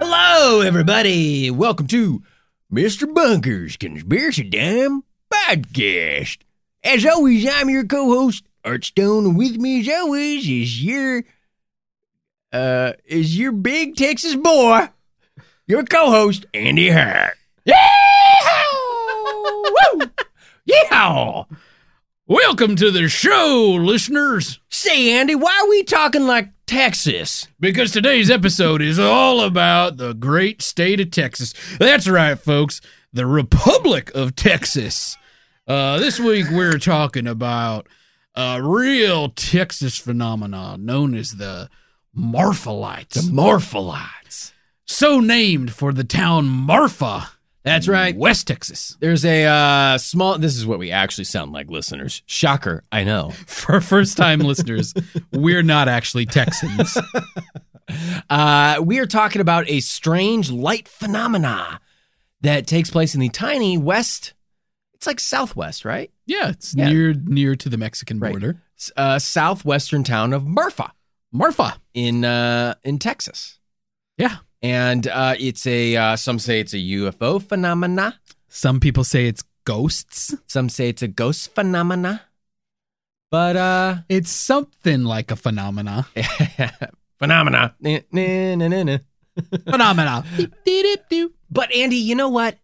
Hello, everybody. Welcome to Mr. Bunker's Conspiracy Dime Podcast. As always, I'm your co-host, Art Stone, and with me, as always, is your uh is your big Texas boy, your co-host, Andy Hart. Woo! Yeah. Welcome to the show, listeners, Say, Andy, why are we talking like Texas? because today's episode is all about the great state of Texas. That's right, folks, the Republic of Texas. Uh, this week we're talking about a real Texas phenomenon known as the The Marfalites, Morpholites. so named for the town Marfa. That's in right. West Texas. There's a uh, small. This is what we actually sound like, listeners. Shocker, I know. For first time listeners, we're not actually Texans. Uh, we are talking about a strange light phenomena that takes place in the tiny west. It's like southwest, right? Yeah, it's Yeah. near near to the Mexican Right. border. S- Uh, southwestern town of Marfa Marfa. in uh, in Texas. Yeah. and uh, it's a. Uh, some say it's a UFO phenomena. Some people say it's ghosts. Some say it's a ghost phenomena. But uh, It's something like a phenomena. phenomena. Nah, nah, nah, nah, nah. phenomena. But Andy, you know what?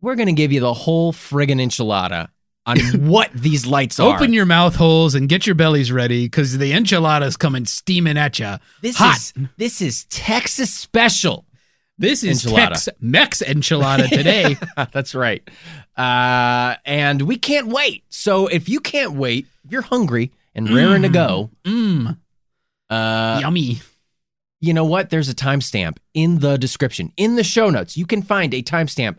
We're gonna give you the whole friggin' enchilada on what these lights are. Open your mouth holes and get your bellies ready because the enchilada's coming steaming at you. this hot. is this is Texas special. This is Enchilada. Tex Mex enchilada today. That's right. Uh, and we can't wait. So if you can't wait, if you're hungry and raring to go. Mmm, Uh, yummy. you know what? There's a timestamp in the description, in the show notes. You can find a timestamp.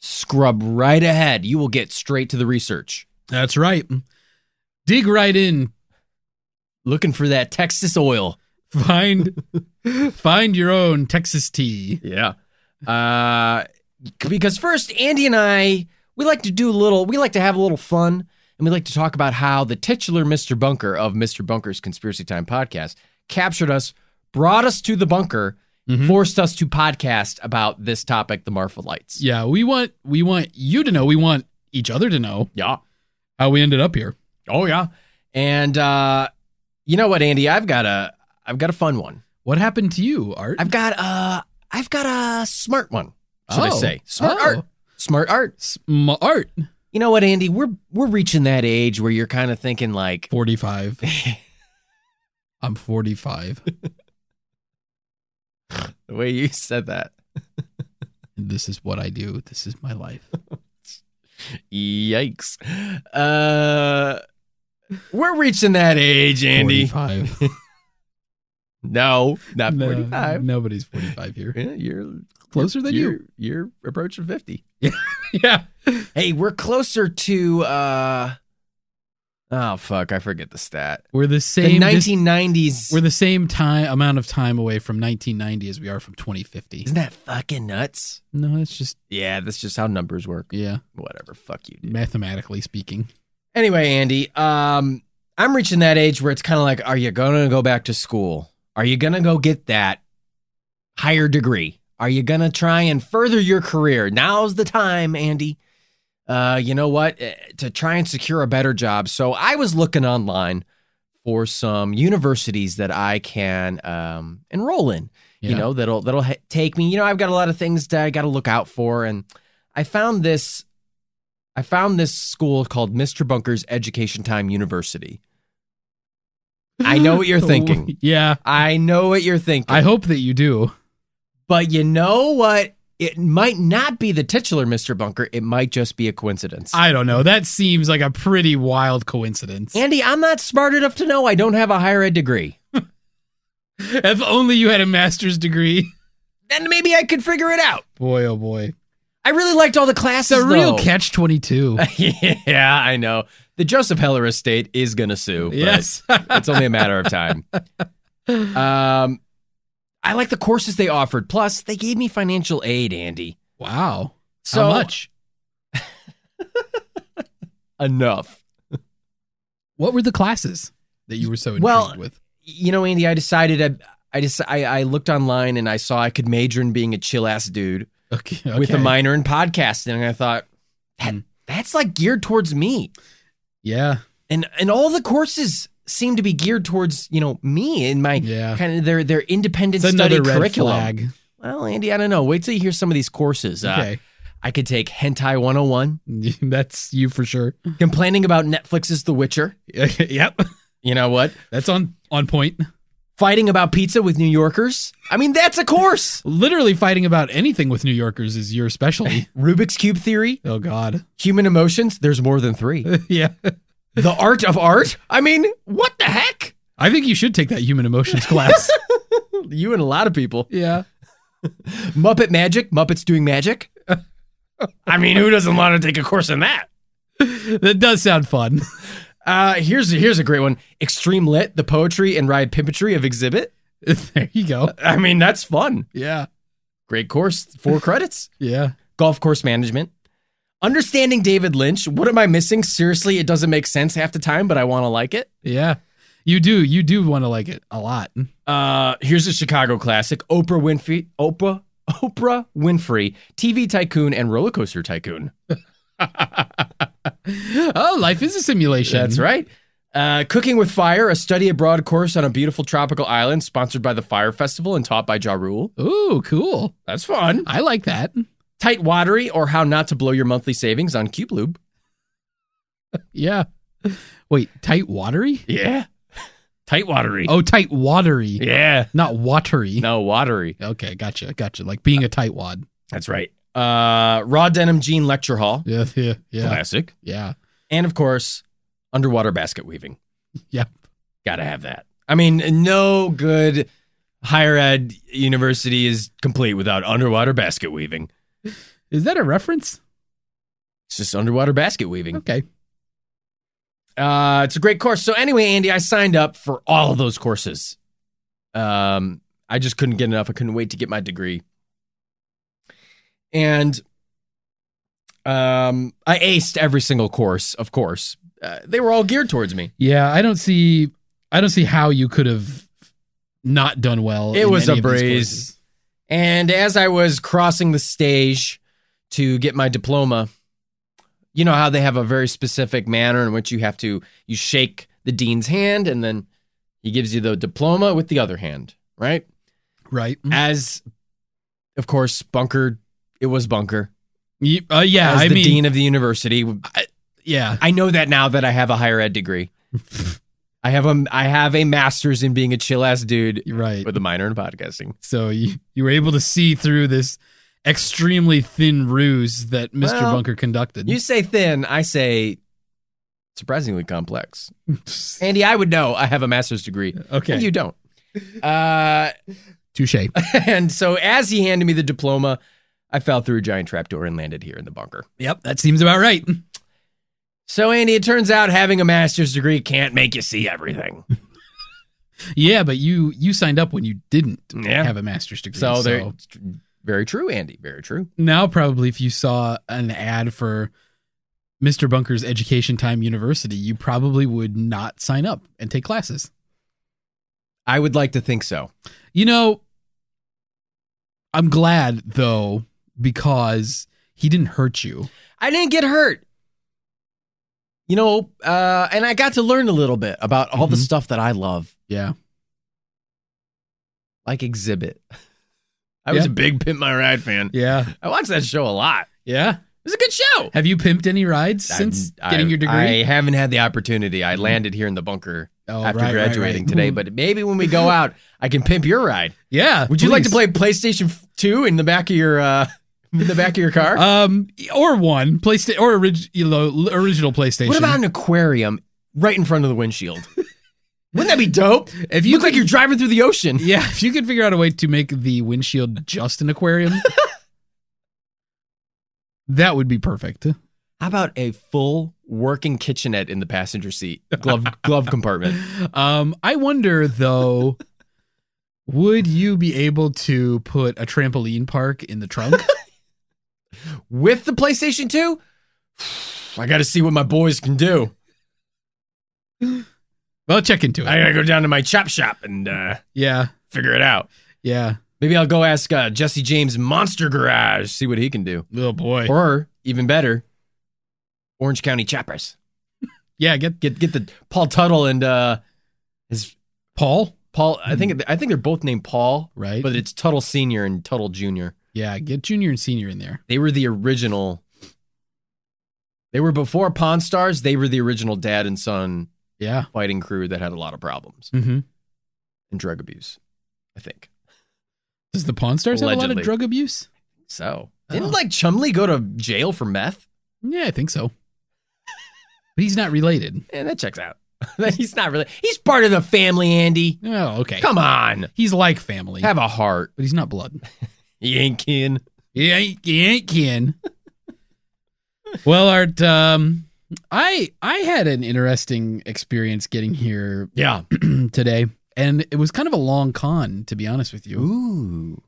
Scrub right ahead. You will get straight to the research. That's right. Dig right in. Looking for that Texas oil. Find find your own Texas tea. Yeah. Uh, c- because first, Andy and I, we like to do a little, we like to have a little fun, and we like to talk about how the titular Mr. Bunker of Mr. Bunker's Conspiracy Time podcast captured us, brought us to the bunker, Mhm. forced us to podcast about this topic, the Marfa Lights. Yeah, we want we want you to know. We want each other to know Yeah. how we ended up here. Oh yeah. And uh, you know what, Andy? I've got a, I've got a fun one. What happened to you, Art? I've got a, I've got a smart one. Should I Oh. say smart Oh. art? Smart art. Sm- art You know what, Andy? We're we're reaching that age where you're kind of thinking like, forty five. I'm forty five. The way you said that. This is what I do. This is my life. Yikes. Uh we're reaching that age, Andy. 45. No, not No, 45. Nobody's 45 here. Yeah, You're Closer than you're, you. You're approaching 50. Yeah. Hey, we're closer to uh Oh fuck, I forget the stat. We're the same. the dis- 1990s. we're the same time amount of time away from 1990 as we are from 2050. isn't that fucking nuts? No, that's just Yeah, that's just how numbers work. yeah, Whatever, fuck you, dude. mathematically speaking. Anyway, Andy, um, I'm reaching that age where it's kind of like, are you gonna go back to school? Are you gonna go get that higher degree? Are you gonna try and further your career? Now's the time, Andy. Uh, you know what? Eh, To try and secure a better job. So I was looking online for some universities that I can um, enroll in. You Yeah. know, that'll that'll ha- take me. You know, I've got a lot of things that I got to look out for, and I found this. I found this school called Mr. Bunker's Education Time University. I know what you're thinking. yeah. I know what you're thinking. I hope that you do. But you know what? It might not be the titular Mr. Bunker. It might just be a coincidence. I don't know. That seems like a pretty wild coincidence. Andy, I'm not smart enough to know I don't have a higher ed degree. if only you had a master's degree. Then maybe I could figure it out. Boy, oh boy. I really liked all the It's classes. a real though. catch 22. yeah, I know. The Joseph Heller estate is going to sue. but yes. it's only a matter of time. Um, I like the courses they offered. Plus, they gave me financial aid, Andy. wow. So How much? Enough. What were the classes that you were so intrigued Well, with? you know, Andy, I decided I I just I, I looked online and I saw I could major in being a chill ass dude Okay, with a okay. minor in podcasting. And I thought that, Mm. that's like geared towards me, Yeah. and and all the courses seem to be geared towards you know me and my Yeah. kind of their their independent It's study another red curriculum. flag. Well, Andy, I don't know. Wait till you hear some of these courses. Uh, Okay. I could take Hentai 101, That's you for sure. complaining about Netflix's The Witcher. yep. You know what? That's on on point. Fighting about pizza with New Yorkers. I mean, that's a course. Literally fighting about anything with New Yorkers is your specialty. Rubik's Cube Theory. oh God. Human emotions, there's more than three. yeah. the art of art? I mean, what the heck? I think you should take that human emotions class. You and a lot of people. yeah. Muppet magic, Muppets doing magic. I mean, who doesn't want to take a course in that? That does sound fun. Uh, here's here's a great one: Extreme Lit, the poetry and ride pimpantry of Exhibit. there you go. I mean, that's fun. Yeah. Great course, four credits. Yeah. Golf course management, understanding David Lynch. What am I missing? Seriously, it doesn't make sense half the time, but I want to like it. Yeah. You do. You do want to like it a lot. Uh, here's a Chicago classic: Oprah Winfrey, Oprah, Oprah Winfrey, TV tycoon and roller coaster tycoon. oh, life is a simulation. That's right. Uh, Cooking with Fire: A study abroad course on a beautiful tropical island, sponsored by the Fire Festival and taught by Ja Rule. Ooh, cool. That's fun. I like that. Tight watery or how not to blow your monthly savings on Cube Lube. Yeah. Wait, tight watery? Yeah, tight watery. Oh, tight watery. yeah. Not watery. No, watery. Okay, gotcha, gotcha. Like being a tight wad. That's right. Uh, Raw Denim Jean Lecture Hall. Yeah, yeah, yeah, Classic. yeah. And of course, underwater basket weaving. Yep. Gotta have that. I mean, no good higher ed university is complete without underwater basket weaving. Is that a reference? It's just underwater basket weaving. Okay. Uh, it's a great course. So anyway, Andy, I signed up for all of those courses. Um, I just couldn't get enough. I couldn't wait to get my degree. And um, I aced every single course, of course. Uh, they were all geared towards me. Yeah, I don't see. I don't see how you could have not done well. It in was any a of these breeze. courses. And as I was crossing the stage to get my diploma, you know how they have a very specific manner in which you have to you shake the dean's hand and then he gives you the diploma with the other hand, right? right? As of course Bunker it was Bunker. Y- uh, yeah, as I the mean, dean of the university. yeah, I know that now that I have a higher ed degree. I have a I have a master's in being a chill ass dude you're right. with a minor in podcasting. So you you were able to see through this extremely thin ruse that Mr. Well, Bunker conducted. You say thin, I say surprisingly complex. Andy, I would know. I have a master's degree. And okay, you don't. Uh, touche. and so as he handed me the diploma, I fell through a giant trapdoor and landed here in the bunker. Yep, that seems about right. So, Andy, it turns out having a master's degree can't make you see everything. Yeah, but you you signed up when you didn't Yeah. have a master's degree. So, there, very true, Andy. Very true. now probably if you saw an ad for Mr. Bunker's Education Time University, you probably would not sign up and take classes. I would like to think so. You know, I'm glad though because he didn't hurt you. I didn't get hurt. you know, uh, and I got to learn a little bit about all the Mhm. stuff that I love, Yeah. like Exhibit. I was Yeah. a big Pimp My Ride fan. Yeah. I watched that show a lot. Yeah. It was a good show. Have you pimped any rides I'm- since I- getting your degree? I Mm-hmm. haven't had the opportunity. I landed here in the bunker Oh, after right, right, Mm-hmm. right. graduating today, but maybe when we go out, I can pimp your ride. yeah. Would you like to please. play PlayStation f- Two in the back of your uh, in the back of your car? Um, or one PlayStation or orig- you know, original PlayStation. what about an aquarium right in front of the windshield? Wouldn't that be dope? If you look like you're driving through the ocean, Yeah, if you could figure out a way to make the windshield just an aquarium, that would be perfect. how about a full working kitchenette in the passenger seat, glove glove compartment? Um, I wonder though, would you be able to put a trampoline park in the trunk? with the PlayStation 2? I got to see what my boys can do. well, check into it. I got to go down to my chop shop and uh, yeah, figure it out. yeah. Maybe I'll go ask uh, Jesse James Monster Garage, see what he can do. Oh boy. Or even better, Orange County Choppers. yeah, get Get get the Paul Tuttle and uh his Paul. Hmm. Paul I think I think they're both named Paul, Right. but it's Tuttle Senior and Tuttle Junior. yeah, get junior and senior in there. They were the original They were before Pawn Stars, they were the original dad and son Yeah. fighting crew that had a lot of problems. Mm-hmm. and drug abuse. I think Does the Pawn Stars have a lot Allegedly. of drug abuse? so. Oh. Didn't like Chumley go to jail for meth? Yeah, I think so. but he's not related. And Eh, that checks out. he's not really. He's part of the family, Andy. Oh, okay. Come on, He's like family, have a heart, but he's not blood. Yankin. He ain't, he ain't kin. well, Art, um, I I had an interesting experience getting here Yeah. today, and it was kind of a long con, to be honest with you. Ooh.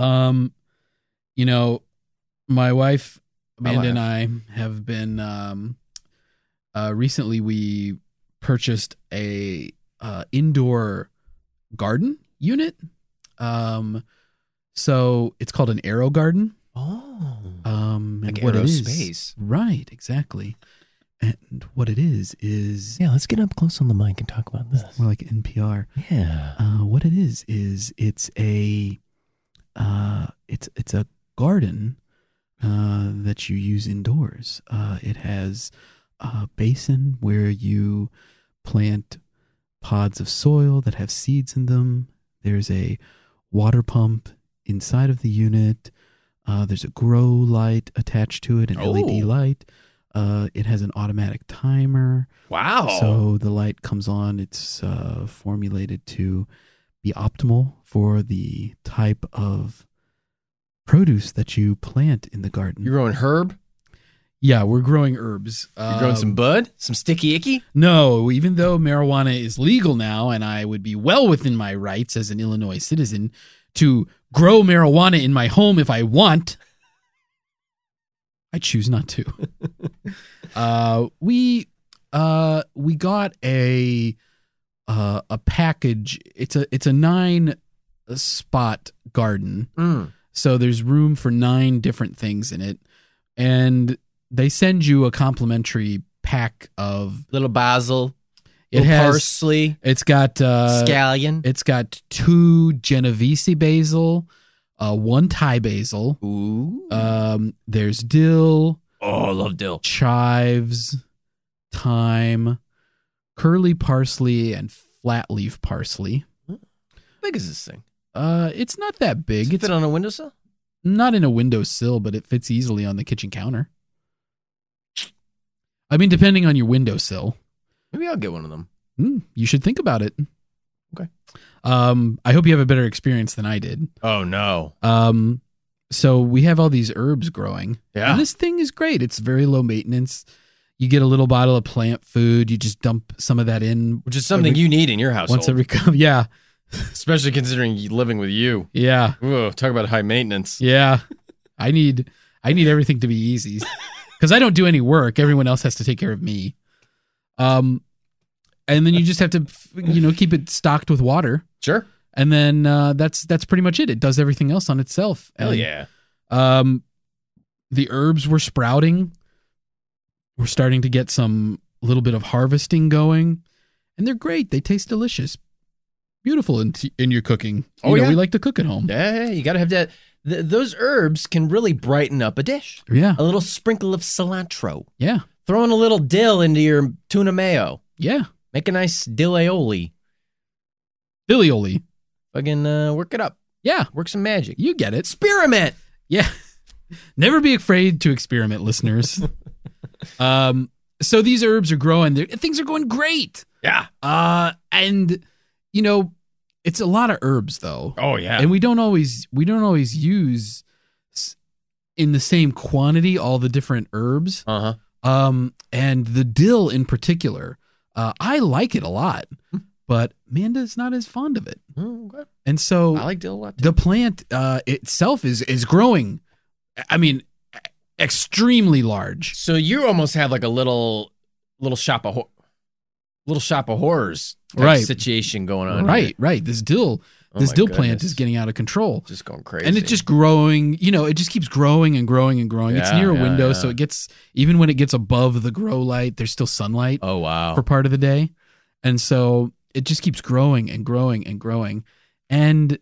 Um, you know, my wife My Amanda and I have been um, uh, recently we purchased a uh, indoor garden unit. Um, so it's called an arrow garden. Oh. Um, Like and what it is- aerospace. right? Exactly. And what it is is Yeah. Let's get up close on the mic and talk about this. more like NPR. Yeah. Uh, what it is is it's a uh, it's it's a garden uh, that you use indoors. Uh, it has a basin where you plant pods of soil that have seeds in them. There's a water pump inside of the unit. Uh, there's a grow light attached to it, an LED Oh. light. Uh, it has an automatic timer. Wow. So the light comes on. It's uh, formulated to be optimal for the type of produce that you plant in the garden. you're growing herb. yeah, we're growing herbs. You're growing some bud. Um, Some sticky icky. No, even though marijuana is legal now, and I would be well within my rights as an Illinois citizen to grow marijuana in my home if I want, I choose not to. uh, we uh, we got a uh, a package. It's a it's a nine uh, spot garden. Mm. So there's room for nine different things in it, and they send you a complimentary pack of Little basil. it little has. parsley. It's got. Uh, scallion. It's got two Genovese basil, uh, one Thai basil. Ooh. Um, there's dill, oh, I love dill. chives, thyme, curly parsley, and flat leaf parsley. How big is this thing? Uh, it's not that big. Does it It's fit on a windowsill? not in a windowsill, but it fits easily on the kitchen counter. I mean, depending on your windowsill. Maybe I'll get one of them. Hmm, you should think about it. Okay. Um, I hope you have a better experience than I did. Oh no. Um, so we have all these herbs growing. Yeah. And this thing is great. It's very low maintenance. You get a little bottle of plant food. You just dump some of that in Which is something Every- you need in your household, once every cup. Yeah. especially considering you living with you. Yeah. Whoa, talk about high maintenance. Yeah. I need I need everything to be easy. Cuz I don't do any work. Everyone else has to take care of me. Um and then you just have to you know keep it stocked with water. Sure. And then uh, that's that's pretty much it. It does everything else on itself. Hell And- yeah. Um, the herbs were sprouting. We're starting to get some little bit of harvesting going, and they're great. They taste delicious, beautiful in in your cooking. You Oh, know, yeah. we like to cook at home. Yeah, you gotta have that. Th- those herbs can really brighten up a dish. Yeah, A little sprinkle of cilantro, yeah, throwing a little dill into your tuna mayo, yeah. make a nice dill aioli. Filioli. Fucking uh, work it up, Yeah, work some magic. you get it. Experiment. Yeah. Never be afraid to experiment, listeners. um, so these herbs are growing. They're, things are going great. Yeah. Uh, and you know, it's a lot of herbs though, Oh yeah. and we don't always we don't always use s- in the same quantity all the different herbs. Uh huh. Um, and the dill in particular, uh, I like it a lot, Hmm. but Manda's not as fond of it, Mm, and so I like dill a lot. Too. the plant uh, itself is is growing. I mean, extremely large. So you almost have like a little little shop of hor- little shop of horrors type Right. situation going on. Right, here. right. This dill, Oh this my dill plant goodness. is getting out of control, just going crazy, and it's just growing. You know, it just keeps growing and growing and growing. it's Yeah, near a yeah, window, yeah. so it gets even when it gets above the grow light, there's still sunlight oh wow. for part of the day, and so it just keeps growing and growing and growing. And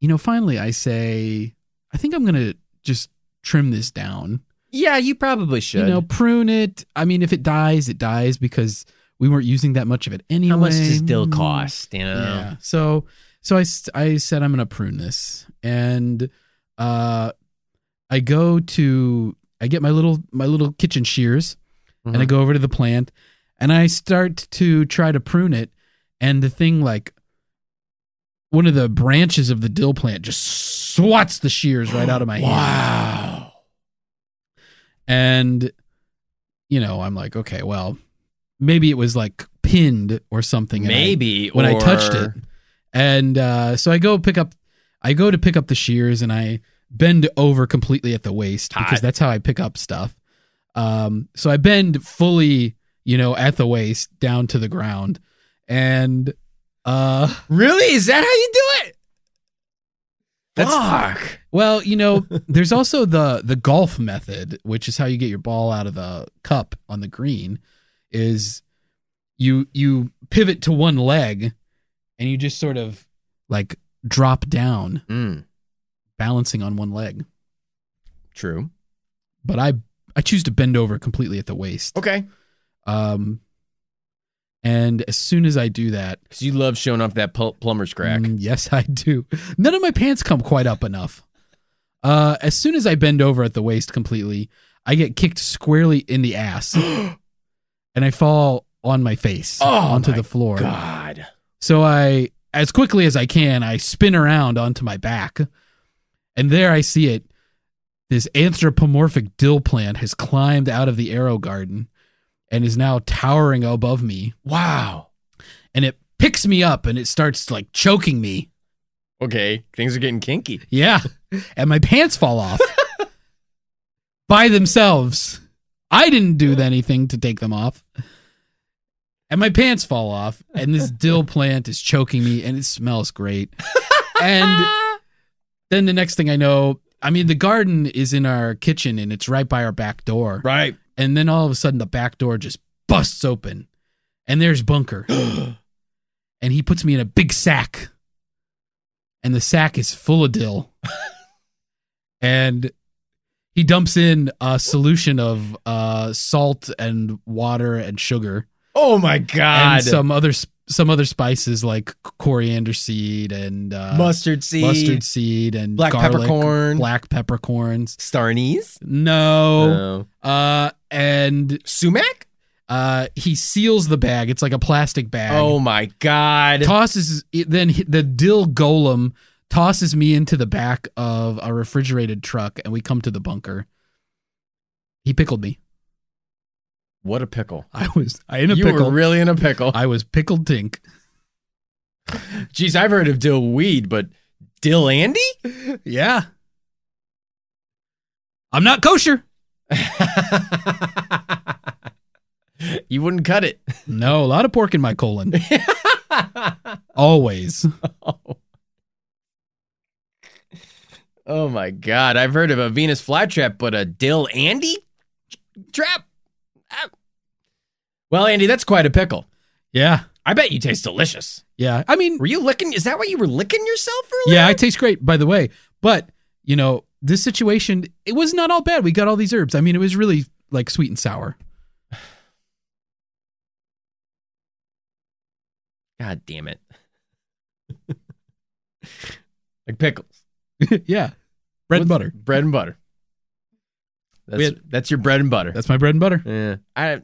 you know, finally, I say, I think I'm gonna just trim this down. Yeah, you probably should. You know, prune it. I mean, if it dies, it dies because we weren't using that much of it anyway. How much does dill Mm, cost? You know. Yeah. Um, So, so I, s- I said I'm gonna prune this, and uh, I go to I get my little my little kitchen shears, and I Mhm. go over to the plant, and I start to try to prune it, and the thing like one of the branches of the dill plant just swats the shears right out of my hand Wow. and you know i'm like okay well maybe it was like pinned or something and I- Maybe when i touched it or- and uh, so i go pick up i go to pick up the shears and i bend over completely at the waist because Hot. that's how i pick up stuff um, so i bend fully you know at the waist down to the ground and uh Really? Is that how you do it? Fuck. Well, you know, there's also the the golf method, which is how you get your ball out of the cup on the green, is you you pivot to one leg and you just sort of like drop down, Mm, balancing on one leg. true. But I I choose to bend over completely at the waist. Okay. Um and as soon as I do that, Because you love showing off that pl- plumber's crack. Mm, yes, I do. None of my pants come quite up enough. Uh, as soon as I bend over at the waist completely, I get kicked squarely in the ass Mm. and I fall on my face Oh, onto my the floor. God. So I, as quickly as I can, I spin around onto my back. And there I see it. This anthropomorphic dill plant has climbed out of the arrow garden and is now towering above me. Wow. And it picks me up and it starts like choking me. Okay. Things are getting kinky. Yeah. And my pants fall off by themselves. I didn't do anything to take them off. And my pants fall off, and this dill plant is choking me, and it smells great. And then the next thing I know, I mean, the garden is in our kitchen and it's right by our back door. Right. And then all of a sudden, the back door just busts open, and there's Bunker. and he puts me in a big sack, and the sack is full of dill. and he dumps in a solution of uh, salt and water and sugar Oh my God. and some other s- some other spices like coriander seed and uh, mustard seed. mustard seed and Black garlic, peppercorn. black peppercorns. Star anise. No, Oh. uh, and Sumac? uh, he seals the bag. It's like a plastic bag. Oh my God. tosses then he- the dill golem tosses me into the back of a refrigerated truck, and we come to the bunker. He pickled me. what a pickle. I was I in a you pickle. were really in a pickle. I was pickled Tink. Jeez, I've heard of dill weed, but dill Andy? Yeah, I'm not kosher. you wouldn't cut it. No, a lot of pork in my colon. Always. Oh my God. I've heard of a Venus flytrap, but a dill Andy trap? Ah. Well, Andy, that's quite a pickle. Yeah. I bet you taste delicious. Yeah. I mean, Were you licking? Is that why you were licking yourself earlier? yeah, I taste great, by the way. But, you know, this situation, it was not all bad. We got all these herbs. I mean, it was really like sweet and sour. God damn it. like pickles. yeah. Bread and What's- butter. Bread and butter. That's, We had- that's your bread and butter. That's my bread and butter. yeah. I,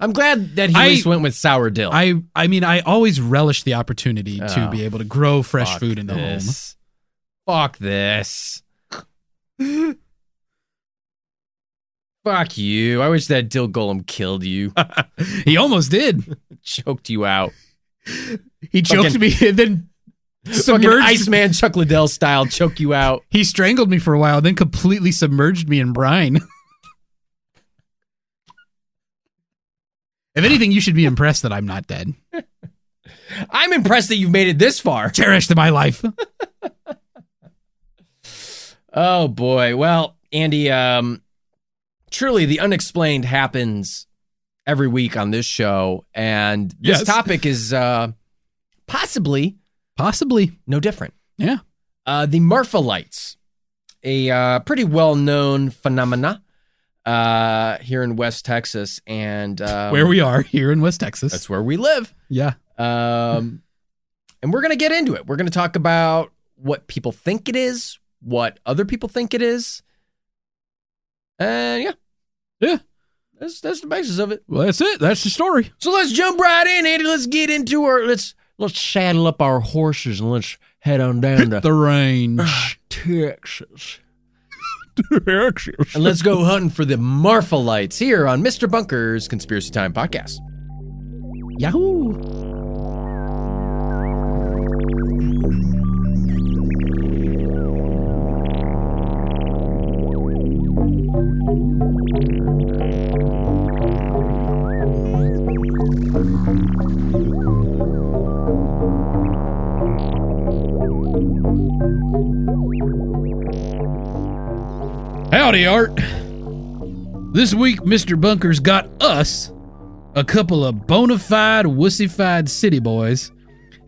I'm glad that he I- at least went with sour dill. I I mean, I always relish the opportunity to Oh. be able to grow fresh Fuck food in the home. this. Fuck this. Fuck you. I wish that dill golem killed you, He almost did. choked you out. He choked Fucking- me and then Fucking submerged. Iceman Chuck Liddell style, choke you out. He strangled me for a while, then completely submerged me in brine. if anything, you should be impressed that I'm not dead. I'm impressed that you've made it this far. Cherished my life. Oh boy. Well, Andy, um truly the unexplained happens every week on this show and this Yes. topic is uh possibly Possibly. no different. Yeah. Uh the Marfalites, a uh, pretty well-known phenomena uh here in West Texas and um, Where we are here in West Texas. That's where we live. yeah. Um, and we're going to get into it. We're going to talk about what people think it is, what other people think it is. And yeah. Yeah. That's that's the basis of it. Well, that's it. That's the story. So let's jump right in, Andy. Let's get into our let's let's saddle up our horses and let's head on down to The range. Texas. And let's go hunting for the Marfalites here on Mr. Bunker's Conspiracy Time Podcast. Yahoo. Howdy, Art. This week, Mr. Bunker's got us a couple of bona fide, wussified city boys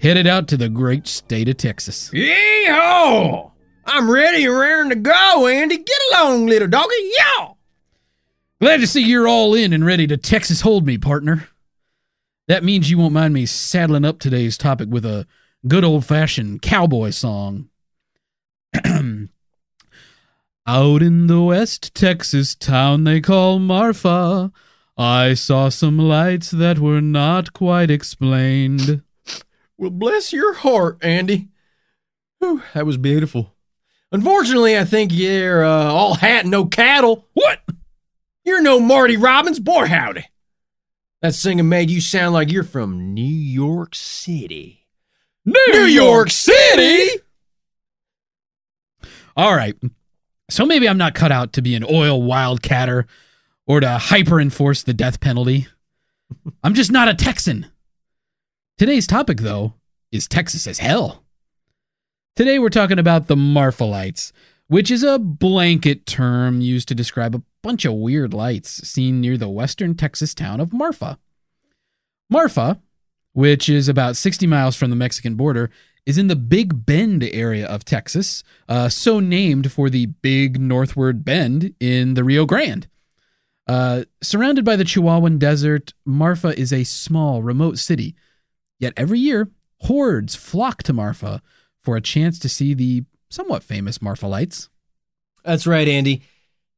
headed out to the great state of Texas. Yeehaw! I'm ready and raring to go, Andy. Get along, little doggy. Yeah. Glad to see you're all in and ready to Texas hold me, partner. That means you won't mind me saddling up today's topic with a good old fashioned cowboy song. Out in the West Texas town they call Marfa, I saw some lights that were not quite explained. Well, bless your heart, Andy. Whew, that was beautiful. Unfortunately, I think you're uh, all hat and no cattle. What? You're no Marty Robbins. Boy, howdy. That singing made you sound like you're from New York City. New, York City? All right. So maybe I'm not cut out to be an oil wildcatter or to hyper enforce the death penalty. I'm just not a Texan. Today's topic, though, is Texas as hell. Today we're talking about the Marfalites, which is a blanket term used to describe a bunch of weird lights seen near the western Texas town of Marfa. Marfa, which is about 60 miles from the Mexican border, is in the Big Bend area of Texas, uh, so named for the big northward bend in the Rio Grande. Uh, surrounded by the Chihuahuan Desert, Marfa is a small, remote city. Yet every year, hordes flock to Marfa for a chance to see the somewhat famous Marfa lights. That's right, Andy.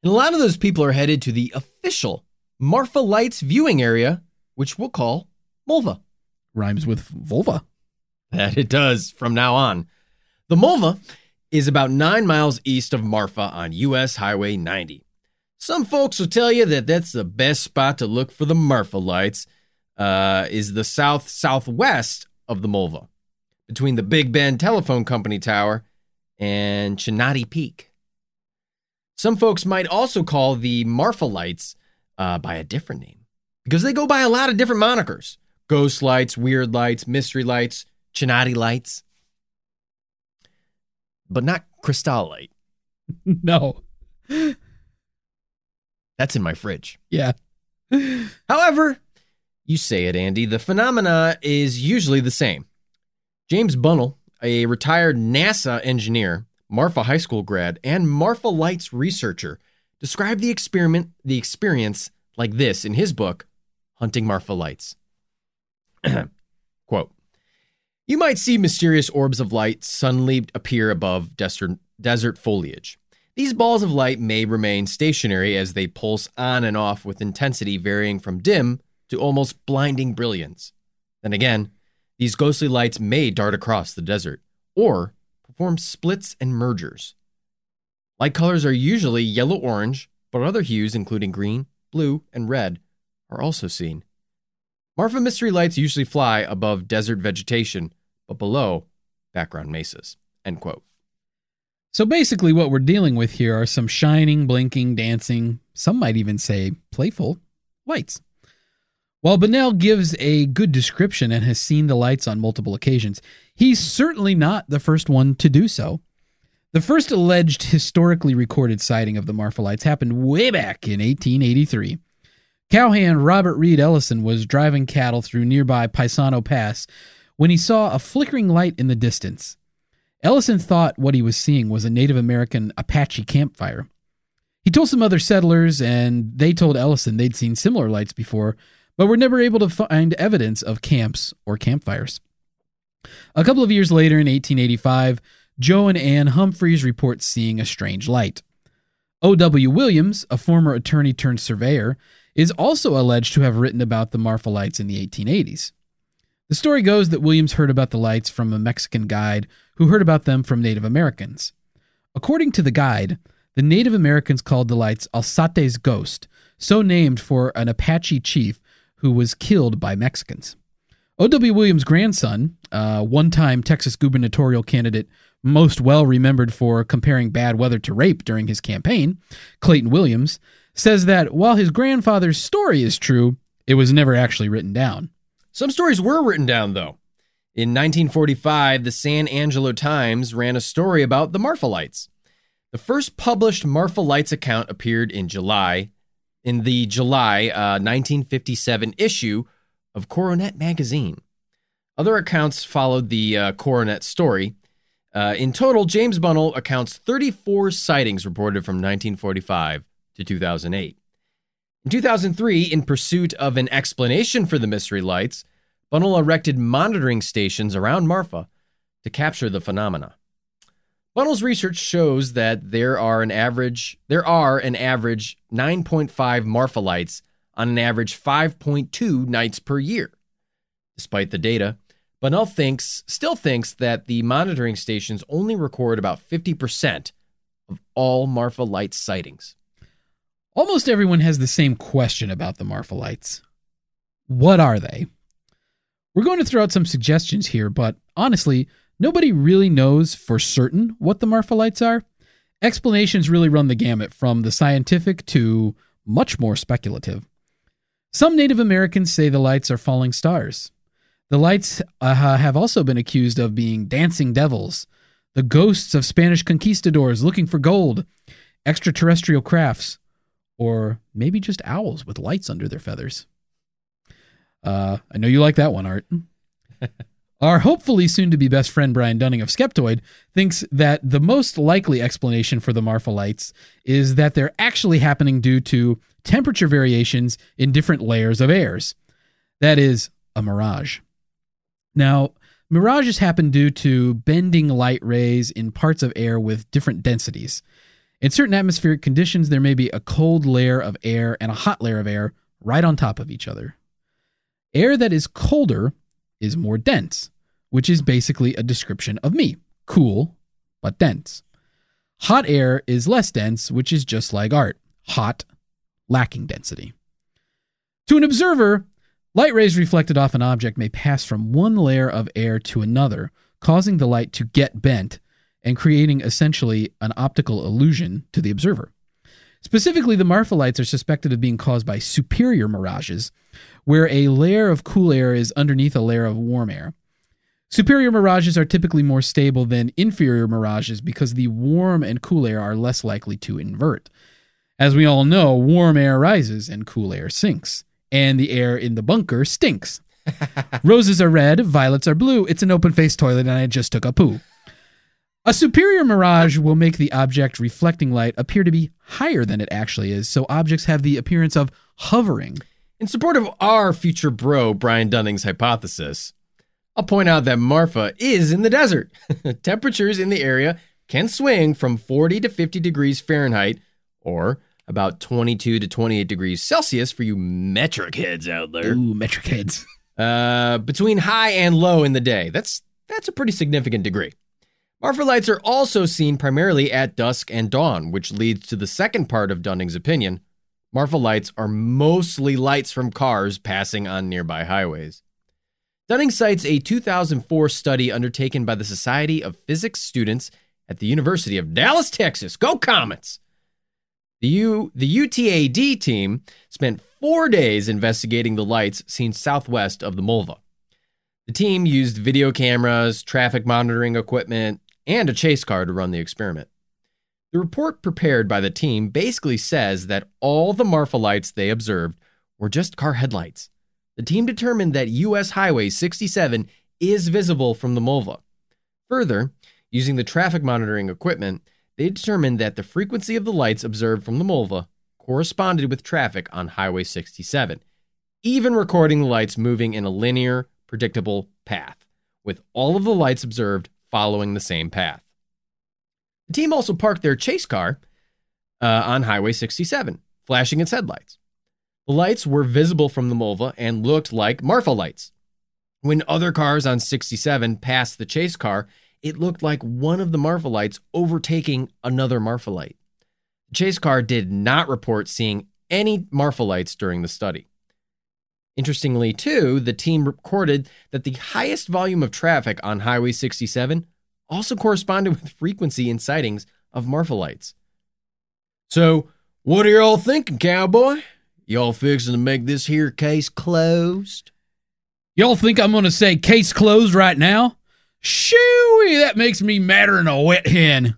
And a lot of those people are headed to the official Marfa Lights viewing area, which we'll call Mulva. Rhymes with vulva. That it does from now on. The Mulva is about nine miles east of Marfa on US Highway 90. Some folks will tell you that that's the best spot to look for the Marfa lights, uh, is the south southwest of the Mulva, between the Big Bend Telephone Company Tower and Chinati Peak. Some folks might also call the Marfa lights uh, by a different name because they go by a lot of different monikers ghost lights, weird lights, mystery lights, Chinati lights, but not Cristal light. no. That's in my fridge. Yeah. However, You say it, Andy. The phenomena is usually the same. James Bunnell, a retired NASA engineer, Marfa High School grad, and Marfa Lights researcher, described the experiment, the experience like this in his book, Hunting Marfa Lights. Quote You might see mysterious orbs of light suddenly appear above desert, desert foliage. These balls of light may remain stationary as they pulse on and off with intensity varying from dim to almost blinding brilliance. Then again, these ghostly lights may dart across the desert or perform splits and mergers. Light colors are usually yellow orange, but other hues, including green, blue, and red, are also seen. Marfa mystery lights usually fly above desert vegetation, but below background mesas. End quote. So basically, what we're dealing with here are some shining, blinking, dancing, some might even say playful lights. While Bunnell gives a good description and has seen the lights on multiple occasions, he's certainly not the first one to do so. The first alleged historically recorded sighting of the Marfa lights happened way back in 1883. Cowhand Robert Reed Ellison was driving cattle through nearby Paisano Pass when he saw a flickering light in the distance. Ellison thought what he was seeing was a Native American Apache campfire. He told some other settlers, and they told Ellison they'd seen similar lights before, but were never able to find evidence of camps or campfires. A couple of years later, in 1885, Joe and Ann Humphreys report seeing a strange light. O.W. Williams, a former attorney turned surveyor, is also alleged to have written about the Marfa lights in the 1880s. The story goes that Williams heard about the lights from a Mexican guide who heard about them from Native Americans. According to the guide, the Native Americans called the lights Alsate's Ghost, so named for an Apache chief who was killed by Mexicans. O.W. Williams' grandson, uh, one time Texas gubernatorial candidate most well remembered for comparing bad weather to rape during his campaign, Clayton Williams, says that while his grandfather's story is true, it was never actually written down. Some stories were written down, though. In 1945, the San Angelo Times ran a story about the Marfa Lights. The first published Marfa Lights account appeared in July, in the July uh, 1957 issue of Coronet magazine. Other accounts followed the uh, Coronet story. Uh, in total, James Bunnell accounts 34 sightings reported from 1945 to 2008. In 2003, in pursuit of an explanation for the mystery lights, Bunnell erected monitoring stations around Marfa to capture the phenomena. Bunnell's research shows that there are an average there are an average 9.5 Marfa lights on an average 5.2 nights per year. Despite the data, Bunnell thinks still thinks that the monitoring stations only record about 50% of all Marfa light sightings. Almost everyone has the same question about the Marfa lights. What are they? We're going to throw out some suggestions here, but honestly, nobody really knows for certain what the Marfa lights are. Explanations really run the gamut from the scientific to much more speculative. Some Native Americans say the lights are falling stars. The lights uh, have also been accused of being dancing devils, the ghosts of Spanish conquistadors looking for gold, extraterrestrial crafts, or maybe just owls with lights under their feathers. Uh, I know you like that one, Art. Our hopefully soon to be best friend Brian Dunning of Skeptoid thinks that the most likely explanation for the Marfa lights is that they're actually happening due to temperature variations in different layers of airs. That is a mirage. Now, mirages happen due to bending light rays in parts of air with different densities. In certain atmospheric conditions, there may be a cold layer of air and a hot layer of air right on top of each other. Air that is colder is more dense, which is basically a description of me cool, but dense. Hot air is less dense, which is just like art hot, lacking density. To an observer, light rays reflected off an object may pass from one layer of air to another, causing the light to get bent and creating essentially an optical illusion to the observer. Specifically, the Marfa lights are suspected of being caused by superior mirages, where a layer of cool air is underneath a layer of warm air. Superior mirages are typically more stable than inferior mirages because the warm and cool air are less likely to invert. As we all know, warm air rises and cool air sinks. and the air in the bunker stinks. Roses are red, violets are blue. It's an open faced toilet, and I just took a poo. A superior mirage will make the object reflecting light appear to be higher than it actually is, so objects have the appearance of hovering. In support of our future bro, Brian Dunning's hypothesis, I'll point out that Marfa is in the desert. Temperatures in the area can swing from 40 to 50 degrees Fahrenheit or about 22 to 28 degrees Celsius for you metric heads out there. Ooh, metric heads. Uh, between high and low in the day. That's that's a pretty significant degree. Marfa lights are also seen primarily at dusk and dawn, which leads to the second part of Dunning's opinion. Marfa lights are mostly lights from cars passing on nearby highways. Dunning cites a 2004 study undertaken by the Society of Physics students at the University of Dallas, Texas. Go Comets! The, U, the UTAD team spent four days investigating the lights seen southwest of the Mulva. The team used video cameras, traffic monitoring equipment, and a chase car to run the experiment. The report prepared by the team basically says that all the Marfa lights they observed were just car headlights. The team determined that U.S. Highway 67 is visible from the Mulva. Further, using the traffic monitoring equipment, they determined that the frequency of the lights observed from the Mulva corresponded with traffic on Highway 67, even recording the lights moving in a linear, predictable path, with all of the lights observed following the same path. The team also parked their chase car uh, on Highway 67, flashing its headlights. The lights were visible from the Mulva and looked like Marfa lights. When other cars on 67 passed the chase car, it looked like one of the Marfa lights overtaking another Marfa light. The chase car did not report seeing any Marfa lights during the study. Interestingly, too, the team recorded that the highest volume of traffic on Highway 67 also corresponded with frequency and sightings of Marfa lights. So, what are y'all thinking, cowboy? Y'all fixing to make this here case closed? Y'all think I'm gonna say case closed right now? Shooey, that makes me madder than a wet hen.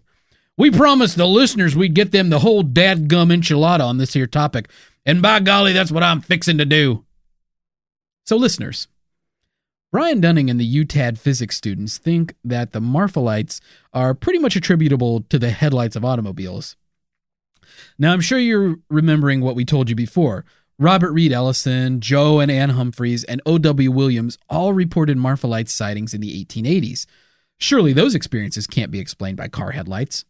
We promised the listeners we'd get them the whole dadgum enchilada on this here topic, and by golly, that's what I'm fixing to do. So, listeners, Brian Dunning and the UTAD physics students think that the Marfalites are pretty much attributable to the headlights of automobiles. Now, I'm sure you're remembering what we told you before. Robert Reed Ellison, Joe and Ann Humphreys, and O.W. Williams all reported Marfalite sightings in the 1880s. Surely those experiences can't be explained by car headlights.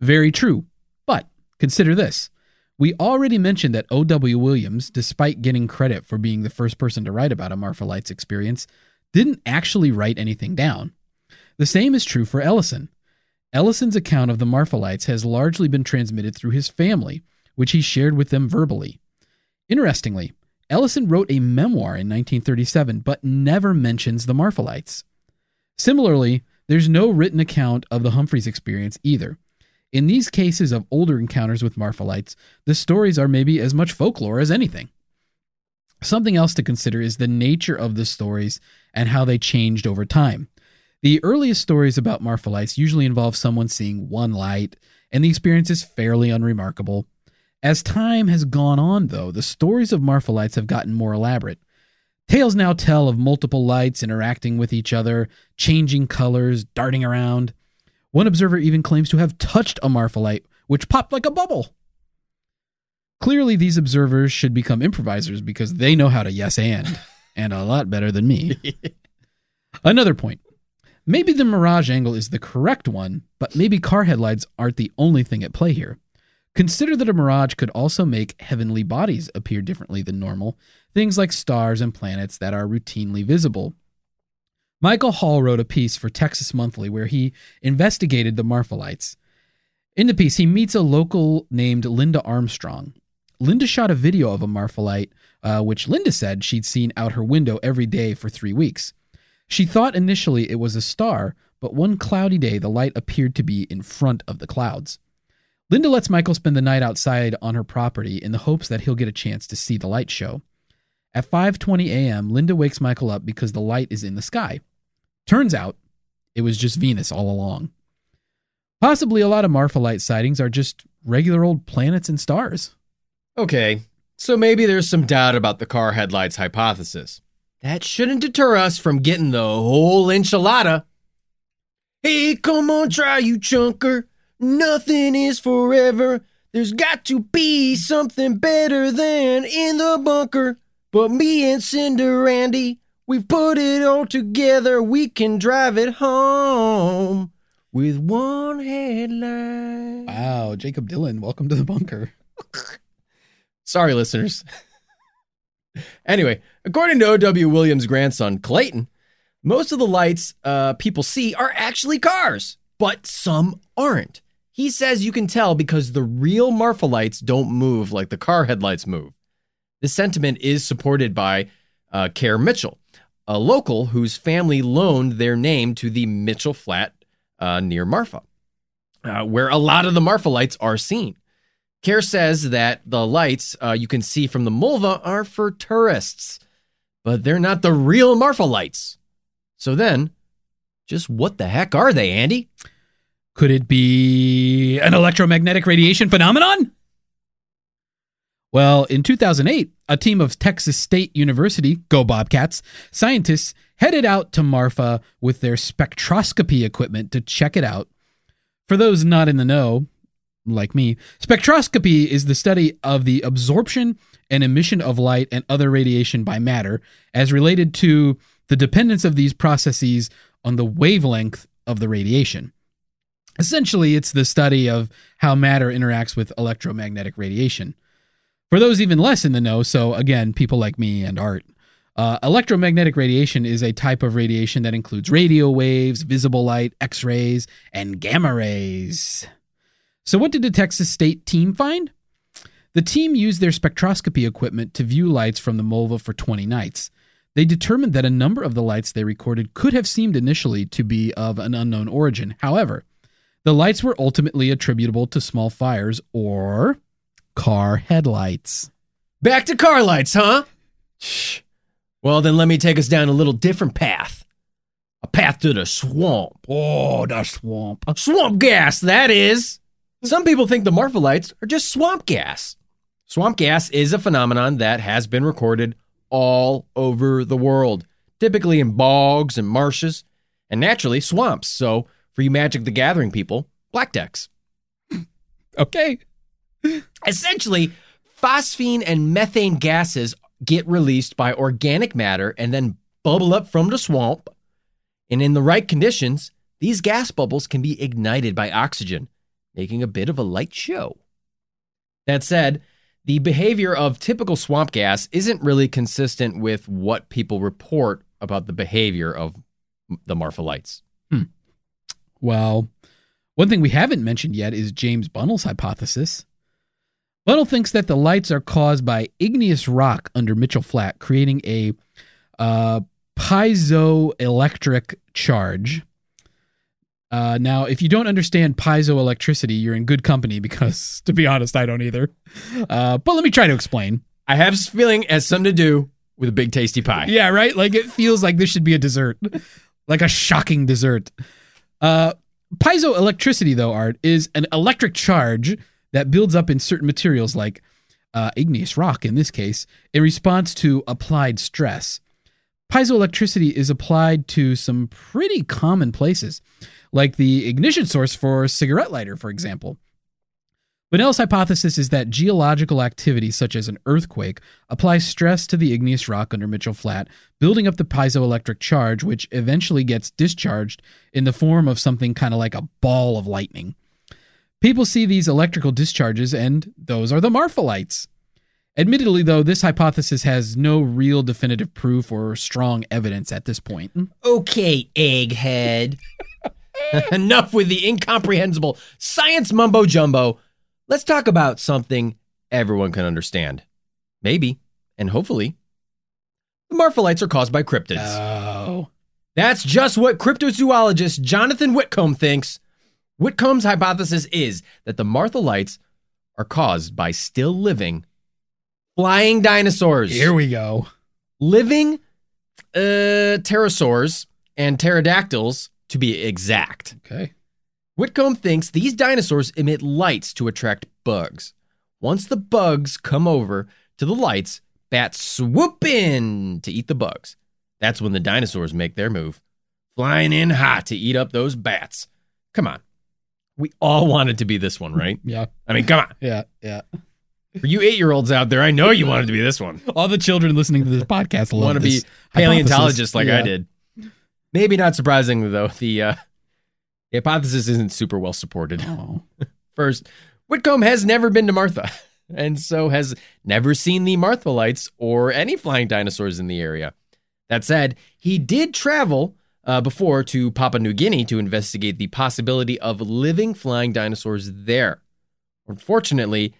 Very true. But consider this. We already mentioned that O.W. Williams, despite getting credit for being the first person to write about a Marfalite's experience, didn't actually write anything down. The same is true for Ellison. Ellison's account of the Marfalites has largely been transmitted through his family, which he shared with them verbally. Interestingly, Ellison wrote a memoir in 1937 but never mentions the Marfalites. Similarly, there's no written account of the Humphreys experience either. In these cases of older encounters with Marfalites, the stories are maybe as much folklore as anything. Something else to consider is the nature of the stories and how they changed over time. The earliest stories about Marfalites usually involve someone seeing one light, and the experience is fairly unremarkable. As time has gone on, though, the stories of Marfalites have gotten more elaborate. Tales now tell of multiple lights interacting with each other, changing colors, darting around. One observer even claims to have touched a Marfalite, which popped like a bubble. Clearly, these observers should become improvisers because they know how to yes and, and a lot better than me. Another point. Maybe the mirage angle is the correct one, but maybe car headlights aren't the only thing at play here. Consider that a mirage could also make heavenly bodies appear differently than normal, things like stars and planets that are routinely visible. Michael Hall wrote a piece for Texas Monthly where he investigated the Marfalites. In the piece, he meets a local named Linda Armstrong. Linda shot a video of a Marfalite, uh, which Linda said she'd seen out her window every day for three weeks. She thought initially it was a star, but one cloudy day the light appeared to be in front of the clouds. Linda lets Michael spend the night outside on her property in the hopes that he'll get a chance to see the light show. At 5:20 a.m., Linda wakes Michael up because the light is in the sky. Turns out, it was just Venus all along. Possibly a lot of Marfa light sightings are just regular old planets and stars. Okay, So maybe there's some doubt about the car headlights hypothesis. That shouldn't deter us from getting the whole enchilada. Hey, come on, try you chunker. Nothing is forever. There's got to be something better than in the bunker. But me and Cinder Andy, we've put it all together. We can drive it home with one headlight. Wow, Jacob Dylan, welcome to the bunker. Sorry, listeners. anyway, according to O.W. Williams' grandson, Clayton, most of the lights uh, people see are actually cars, but some aren't. He says you can tell because the real Marfa lights don't move like the car headlights move. This sentiment is supported by uh, Care Mitchell, a local whose family loaned their name to the Mitchell flat uh, near Marfa, uh, where a lot of the Marfa lights are seen. Care says that the lights uh, you can see from the Mulva are for tourists, but they're not the real Marfa lights. So then, just what the heck are they, Andy? Could it be an electromagnetic radiation phenomenon? Well, in 2008, a team of Texas State University, go Bobcats, scientists headed out to Marfa with their spectroscopy equipment to check it out. For those not in the know, like me, spectroscopy is the study of the absorption and emission of light and other radiation by matter as related to the dependence of these processes on the wavelength of the radiation. Essentially, it's the study of how matter interacts with electromagnetic radiation. For those even less in the know, so again, people like me and Art, uh, electromagnetic radiation is a type of radiation that includes radio waves, visible light, X rays, and gamma rays. So, what did the Texas State team find? The team used their spectroscopy equipment to view lights from the MOLVA for 20 nights. They determined that a number of the lights they recorded could have seemed initially to be of an unknown origin. However, the lights were ultimately attributable to small fires or car headlights. Back to car lights, huh? Shh. Well, then let me take us down a little different path. A path to the swamp. Oh, the swamp. Swamp gas, that is. Some people think the Marfa lights are just swamp gas. Swamp gas is a phenomenon that has been recorded all over the world, typically in bogs and marshes, and naturally swamps. So, for you Magic the Gathering people, black decks. Okay. Essentially, phosphine and methane gases get released by organic matter and then bubble up from the swamp. And in the right conditions, these gas bubbles can be ignited by oxygen, making a bit of a light show. That said, the behavior of typical swamp gas isn't really consistent with what people report about the behavior of the Marfa lights. Well, one thing we haven't mentioned yet is James Bunnell's hypothesis. Bunnell thinks that the lights are caused by igneous rock under Mitchell Flat, creating a uh, piezoelectric charge. Uh, now, if you don't understand piezoelectricity, you're in good company because, to be honest, I don't either. Uh, but let me try to explain. I have this feeling it has something to do with a big tasty pie. Yeah, right? Like it feels like this should be a dessert, like a shocking dessert. Uh, piezoelectricity, though, Art, is an electric charge that builds up in certain materials, like uh, igneous rock in this case, in response to applied stress. Piezoelectricity is applied to some pretty common places, like the ignition source for a cigarette lighter, for example. Bunnell's hypothesis is that geological activity, such as an earthquake, applies stress to the igneous rock under Mitchell Flat, building up the piezoelectric charge, which eventually gets discharged in the form of something kind of like a ball of lightning. People see these electrical discharges, and those are the Marfa lights. Admittedly, though, this hypothesis has no real definitive proof or strong evidence at this point. Hmm. Okay, egghead. Enough with the incomprehensible science mumbo jumbo. Let's talk about something everyone can understand. Maybe, and hopefully, the Marfalites are caused by cryptids. Oh. That's just what cryptozoologist Jonathan Whitcomb thinks. Whitcomb's hypothesis is that the Martha lights are caused by still living flying dinosaurs. Here we go. living uh, pterosaurs and pterodactyls, to be exact. Okay. Whitcomb thinks these dinosaurs emit lights to attract bugs. Once the bugs come over, to the lights, bats swoop in to eat the bugs. That's when the dinosaurs make their move, flying in hot to eat up those bats. Come on. We all wanted to be this one, right? Yeah, I mean, come on. yeah, yeah. For you eight year olds out there, I know you wanted to be this one. All the children listening to this podcast love Want to be this paleontologist like I hypothesis. did. Maybe not surprisingly, though, the, uh, the hypothesis isn't super well supported. Yeah. Oh. First, Whitcomb has never been to Martha and so has never seen the Martha lights or any flying dinosaurs in the area. That said, he did travel uh, before to Papua New Guinea to investigate the possibility of living flying dinosaurs there. Unfortunately,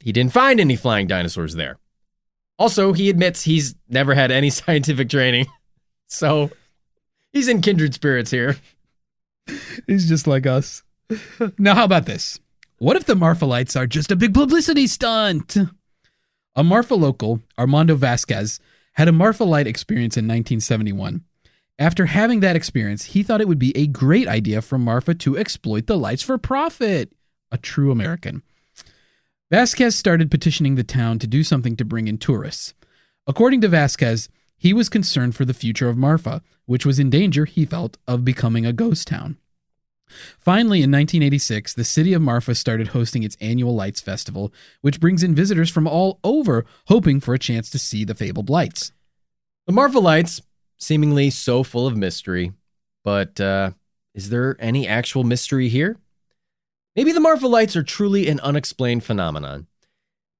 he didn't find any flying dinosaurs there. Also, he admits he's never had any scientific training. So he's in kindred spirits here. He's just like us. Now, how about this? What if the Marfalites are just a big publicity stunt? A Marfa local, Armando Vasquez, had a Marfalite experience in 1971. After having that experience, he thought it would be a great idea for Marfa to exploit the lights for profit. A true American. Vasquez started petitioning the town to do something to bring in tourists. According to Vasquez, he was concerned for the future of Marfa, which was in danger, he felt, of becoming a ghost town. Finally, in 1986, the city of Marfa started hosting its annual Lights Festival, which brings in visitors from all over, hoping for a chance to see the fabled lights. The Marvelites, seemingly so full of mystery, but uh, is there any actual mystery here? Maybe the Marvelites are truly an unexplained phenomenon.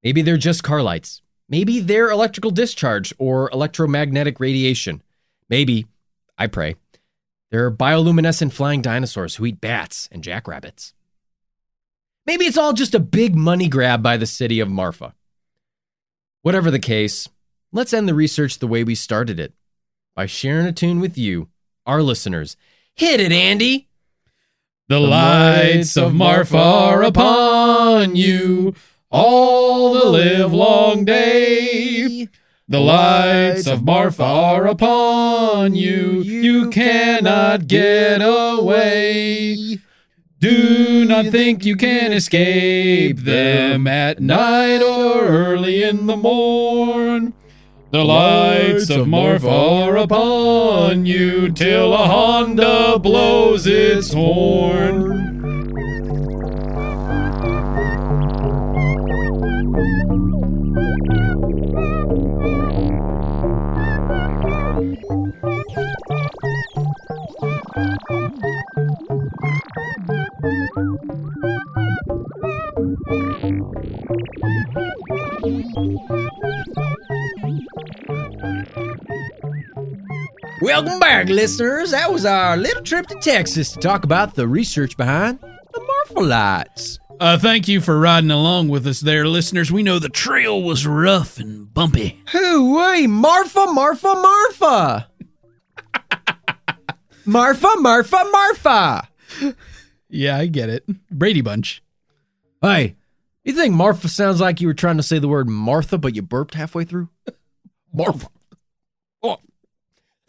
Maybe they're just car lights. Maybe they're electrical discharge or electromagnetic radiation. Maybe, I pray, there are bioluminescent flying dinosaurs who eat bats and jackrabbits. Maybe it's all just a big money grab by the city of Marfa. Whatever the case, let's end the research the way we started it by sharing a tune with you, our listeners. Hit it, Andy! The lights of Marfa are upon you all the livelong day. The lights of Marfa are upon you. You cannot get away. Do not think you can escape them at night or early in the morn. The lights of Marfa are upon you till a Honda blows its horn. Welcome back, listeners. That was our little trip to Texas to talk about the research behind the Marfalites. Uh, thank you for riding along with us there, listeners. We know the trail was rough and bumpy. Hooey, Marfa, Marfa, Marfa. Marfa, Marfa, Marfa. Yeah, I get it. Brady Bunch. Hey, you think Marfa sounds like you were trying to say the word Martha, but you burped halfway through? Marfa. Oh.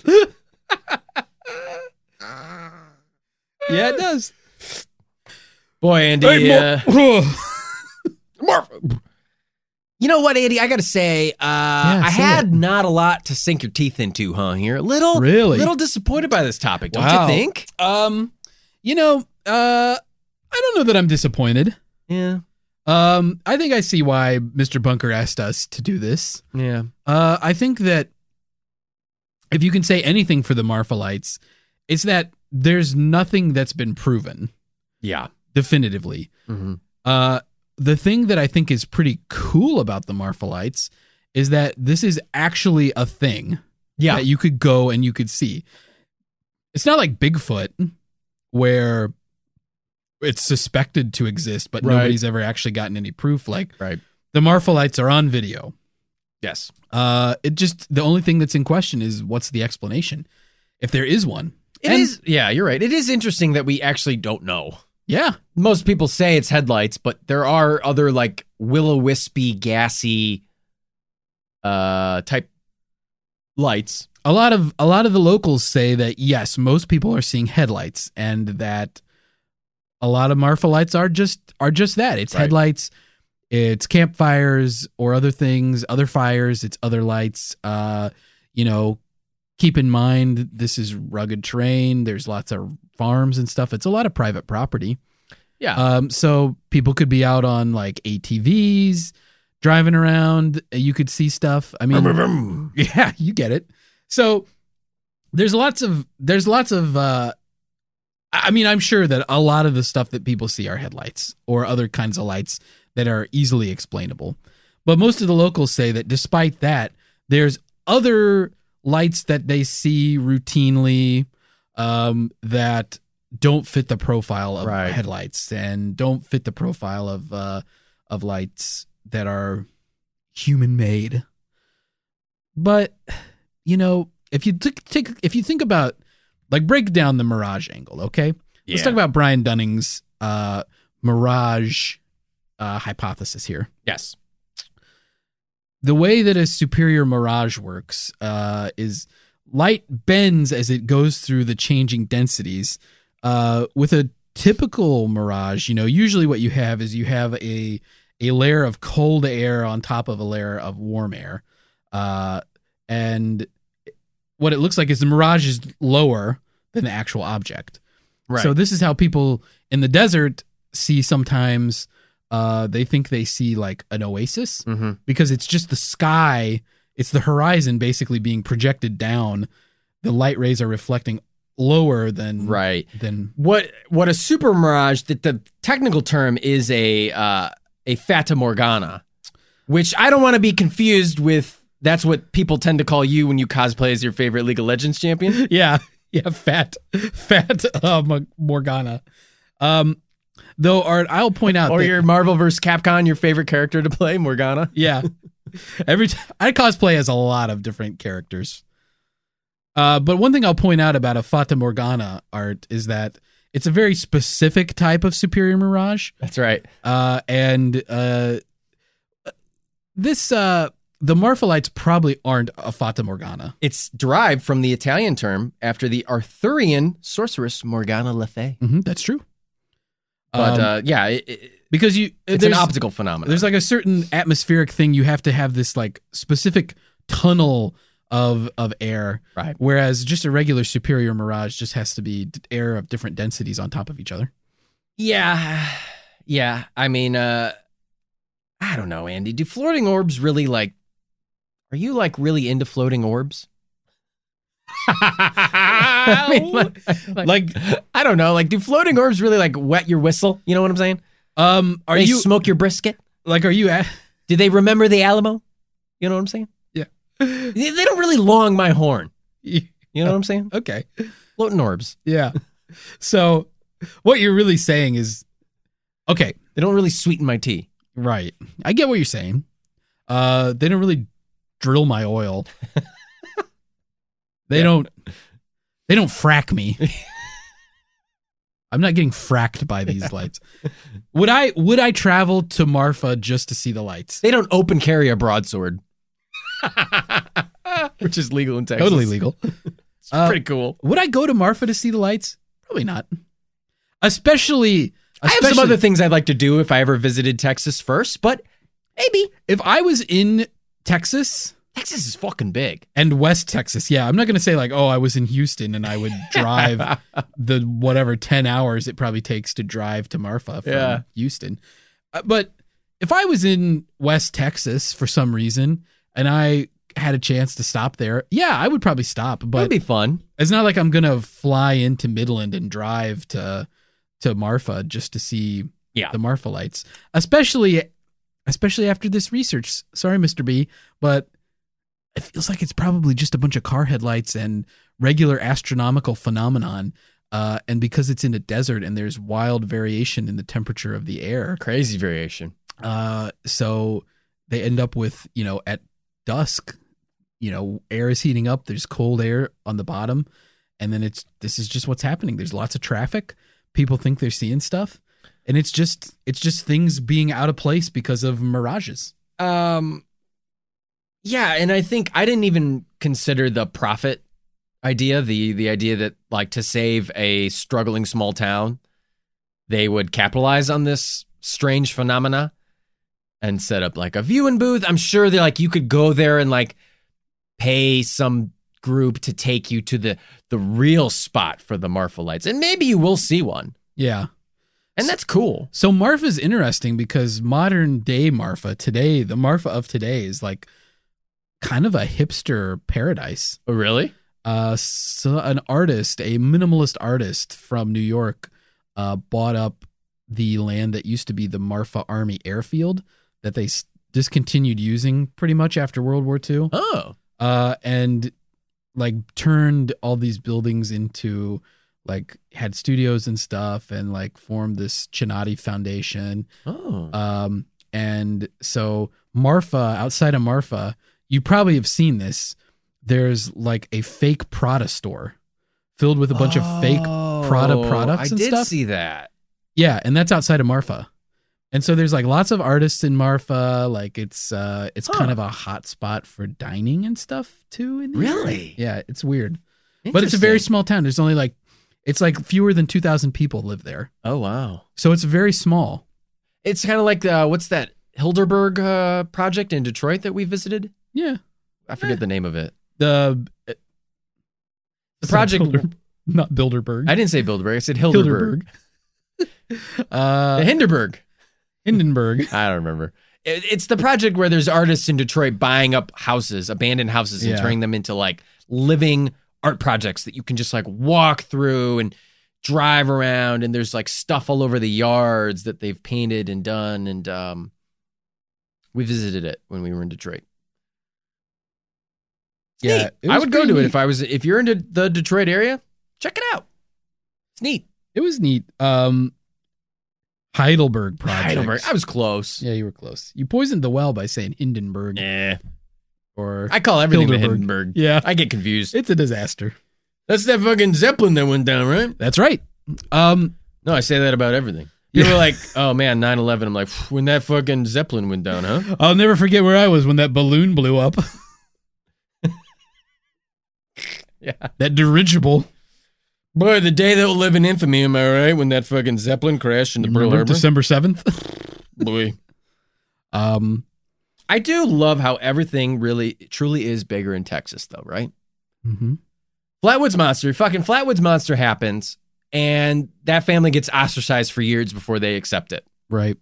Yeah, it does. Boy, Andy. uh, You know what, Andy? I gotta say, uh, I say had it. not a lot to sink your teeth into, huh? Here, a little, Really? little disappointed by this topic, don't Wow. you think? um, you know, uh, I don't know that I'm disappointed. Yeah, Um, I think I see why Mr. Bunker asked us to do this. yeah. Uh, I think that if you can say anything for the Marfalites, it's that there's nothing that's been proven Yeah. definitively. Mm-hmm. Uh, the thing that I think is pretty cool about the Marfalites is that this is actually a thing Yeah. that you could go and you could see. It's not like Bigfoot, where it's suspected to exist, but Right. nobody's ever actually gotten any proof. Like Right. the Marfalites are on video. Yes. Uh, it just the only thing that's in question is what's the explanation, if there is one. It And- is. Yeah, you're right. It is interesting that we actually don't know. Yeah, Most people say it's headlights, but there are other like willow wispy, gassy, uh, type lights. a lot of a lot of the locals say that yes, most people are seeing headlights, and that a lot of Marfa lights are just are just that. It's Right. headlights. It's campfires or other things, other fires, it's other lights. Uh, you know, keep in mind this is rugged terrain. There's lots of farms and stuff. It's a lot of private property. Yeah. Um, so people could be out on like ATVs, driving around. You could see stuff. I mean, Vroom, yeah, you get it. So there's lots of there's lots of uh I I mean, I'm sure that a lot of the stuff that people see are headlights or other kinds of lights that are easily explainable. But most of the locals say that despite that, there's other lights that they see routinely um that don't fit the profile of Right. headlights and don't fit the profile of uh of lights that are human made. But you know, if you t- take if you think about like break down the mirage angle, okay? Let's talk about Brian Dunning's uh mirage uh hypothesis here. Yes. The way that a superior mirage works uh is light bends as it goes through the changing densities. Uh with a typical mirage, you know, usually what you have is you have a a layer of cold air on top of a layer of warm air. Uh and what it looks like is the mirage is lower than the actual object. Right. So this is how people in the desert see sometimes uh they think they see like an oasis mm-hmm. because it's just the sky, it's the horizon basically being projected down. The light rays are reflecting lower than Right. than What what a super mirage that the technical term is a uh, a fata morgana, which I don't want to be confused with. That's what people tend to call you when you cosplay as your favorite League of Legends champion. yeah, yeah, fat, fat uh, Mo- Morgana. Um, though Art, I'll point out Or that- your Marvel vs. Capcom, your favorite character to play, Morgana. yeah. Every t- I cosplay as a lot of different characters. Uh, but one thing I'll point out about a Fata Morgana art is that it's a very specific type of superior mirage. That's right. Uh, and uh, this uh, the Marphalites probably aren't a Fata Morgana. It's derived from the Italian term after the Arthurian sorceress Morgana Le Fay. Mm-hmm, that's true. But Um, uh, yeah, it, it- because you it's an there's- optical phenomenon. There's like a certain atmospheric thing you have to have this like specific tunnel of of air. Right. Whereas just a regular superior mirage just has to be d- air of different densities on top of each other. Yeah. Yeah. I mean, uh I don't know, Andy. Do floating orbs really like are you like really into floating orbs? I mean, like, like, I don't know. Like, do floating orbs really like wet your whistle? You know what I'm saying? Um are they you smoke your brisket? like are you at Do they remember the Alamo? You know what I'm saying? Yeah. They, they don't really long my horn. You know what I'm saying? Okay. Floating orbs. Yeah. So what you're really saying is okay, They don't really sweeten my tea. right. I get what you're saying. Uh they don't really drill my oil. they don't they don't frack me. I'm not getting fracked by these lights. Would I would I travel to Marfa just to see the lights? They don't open carry a broadsword, which is legal in Texas. Totally legal. It's Uh, pretty cool. Would I go to Marfa to see the lights? Probably not. Especially, I have some other things I'd like to do if I ever visited Texas first, but maybe if I was in Texas Texas is fucking big. and West Texas, yeah, I'm not going to say like, oh, I was in Houston and I would drive the whatever 10 hours it probably takes to drive to Marfa from Yeah. Houston. Uh, But if I was in West Texas for some reason and I had a chance to stop there, yeah, I would probably stop. But it'd But be fun. it's not like I'm going to fly into Midland and drive to to Marfa just to see Yeah. the Marfa lights, especially especially after this research. Sorry, Mister B, but it feels like it's probably just a bunch of car headlights and regular astronomical phenomenon. Uh, and because it's in a desert and there's wild variation in the temperature of the air, Crazy variation. uh, so they end up with you know at dusk, you know air is heating up. There's cold air on the bottom, and then it's this is just what's happening. There's lots of traffic. People think they're seeing stuff, and it's just it's just things being out of place because of mirages. Um Yeah, and I think I didn't even consider the profit idea, the the idea that like to save a struggling small town, they would capitalize on this strange phenomena and set up like a viewing booth. I'm sure that like you could go there and like pay some group to take you to the the real spot for the Marfa lights, and maybe you will see one, Yeah. and that's cool. So Marfa's interesting because modern day Marfa today, the Marfa of today is like kind of a hipster paradise. Oh, really? uh, so an artist, a minimalist artist from New York, uh, bought up the land that used to be the Marfa Army Airfield that they s- discontinued using pretty much after World War II, Oh, uh, and like turned all these buildings into like had studios and stuff, and like formed this Chinati Foundation. oh, Um, and so Marfa, outside of Marfa, you probably have seen this. There's like a fake Prada store filled with a bunch of fake. Oh. Prada products I and did stuff? see that. Yeah, and that's outside of Marfa. And so there's like lots of artists in Marfa. Like it's uh it's kind Huh. of a hot spot for dining and stuff too. In the area. Really? Yeah, it's weird. But it's a very Interesting. small town. There's only like it's like fewer than two thousand people live there. oh wow. So it's very small. It's kind of like uh, what's that Hilderberg uh, project in Detroit that we visited? Yeah. I forget the name of it. The The project. Bilder- not Bilderberg. I didn't say Bilderberg. I said Hilderberg. uh, The Hinderberg. Hindenburg. I don't remember. It, it's the project where there's artists in Detroit buying up houses, abandoned houses, and Yeah. turning them into like living art projects that you can just like walk through and drive around. And there's like stuff all over the yards that they've painted and done. And um, we visited it when we were in Detroit. Yeah, Neat. I would go to it if I was. If you're into the Detroit area, check it out. It's neat. It was neat. Um, Heidelberg project. Heidelberg. I was close. Yeah, you were close. You poisoned the well by saying Hindenburg Yeah. or I call everything the Hilderberg. Hindenburg. yeah. I get confused. It's a disaster. That's that fucking Zeppelin that went down, right? That's right. Um, No, I say that about everything. People Yeah. are like, oh man, 9 11. I'm like, when that fucking Zeppelin went down, huh? I'll never forget where I was when that balloon blew up. Yeah. That dirigible. Boy, the day that will live in infamy, am I right? When that fucking Zeppelin crashed into You Pearl remember Harbor. December seventh. Boy. Um, I do love how everything really, truly is bigger in Texas, though, right? Mm-hmm. mhm. Flatwoods Monster, fucking Flatwoods Monster happens, and that family gets ostracized for years before they accept it. right.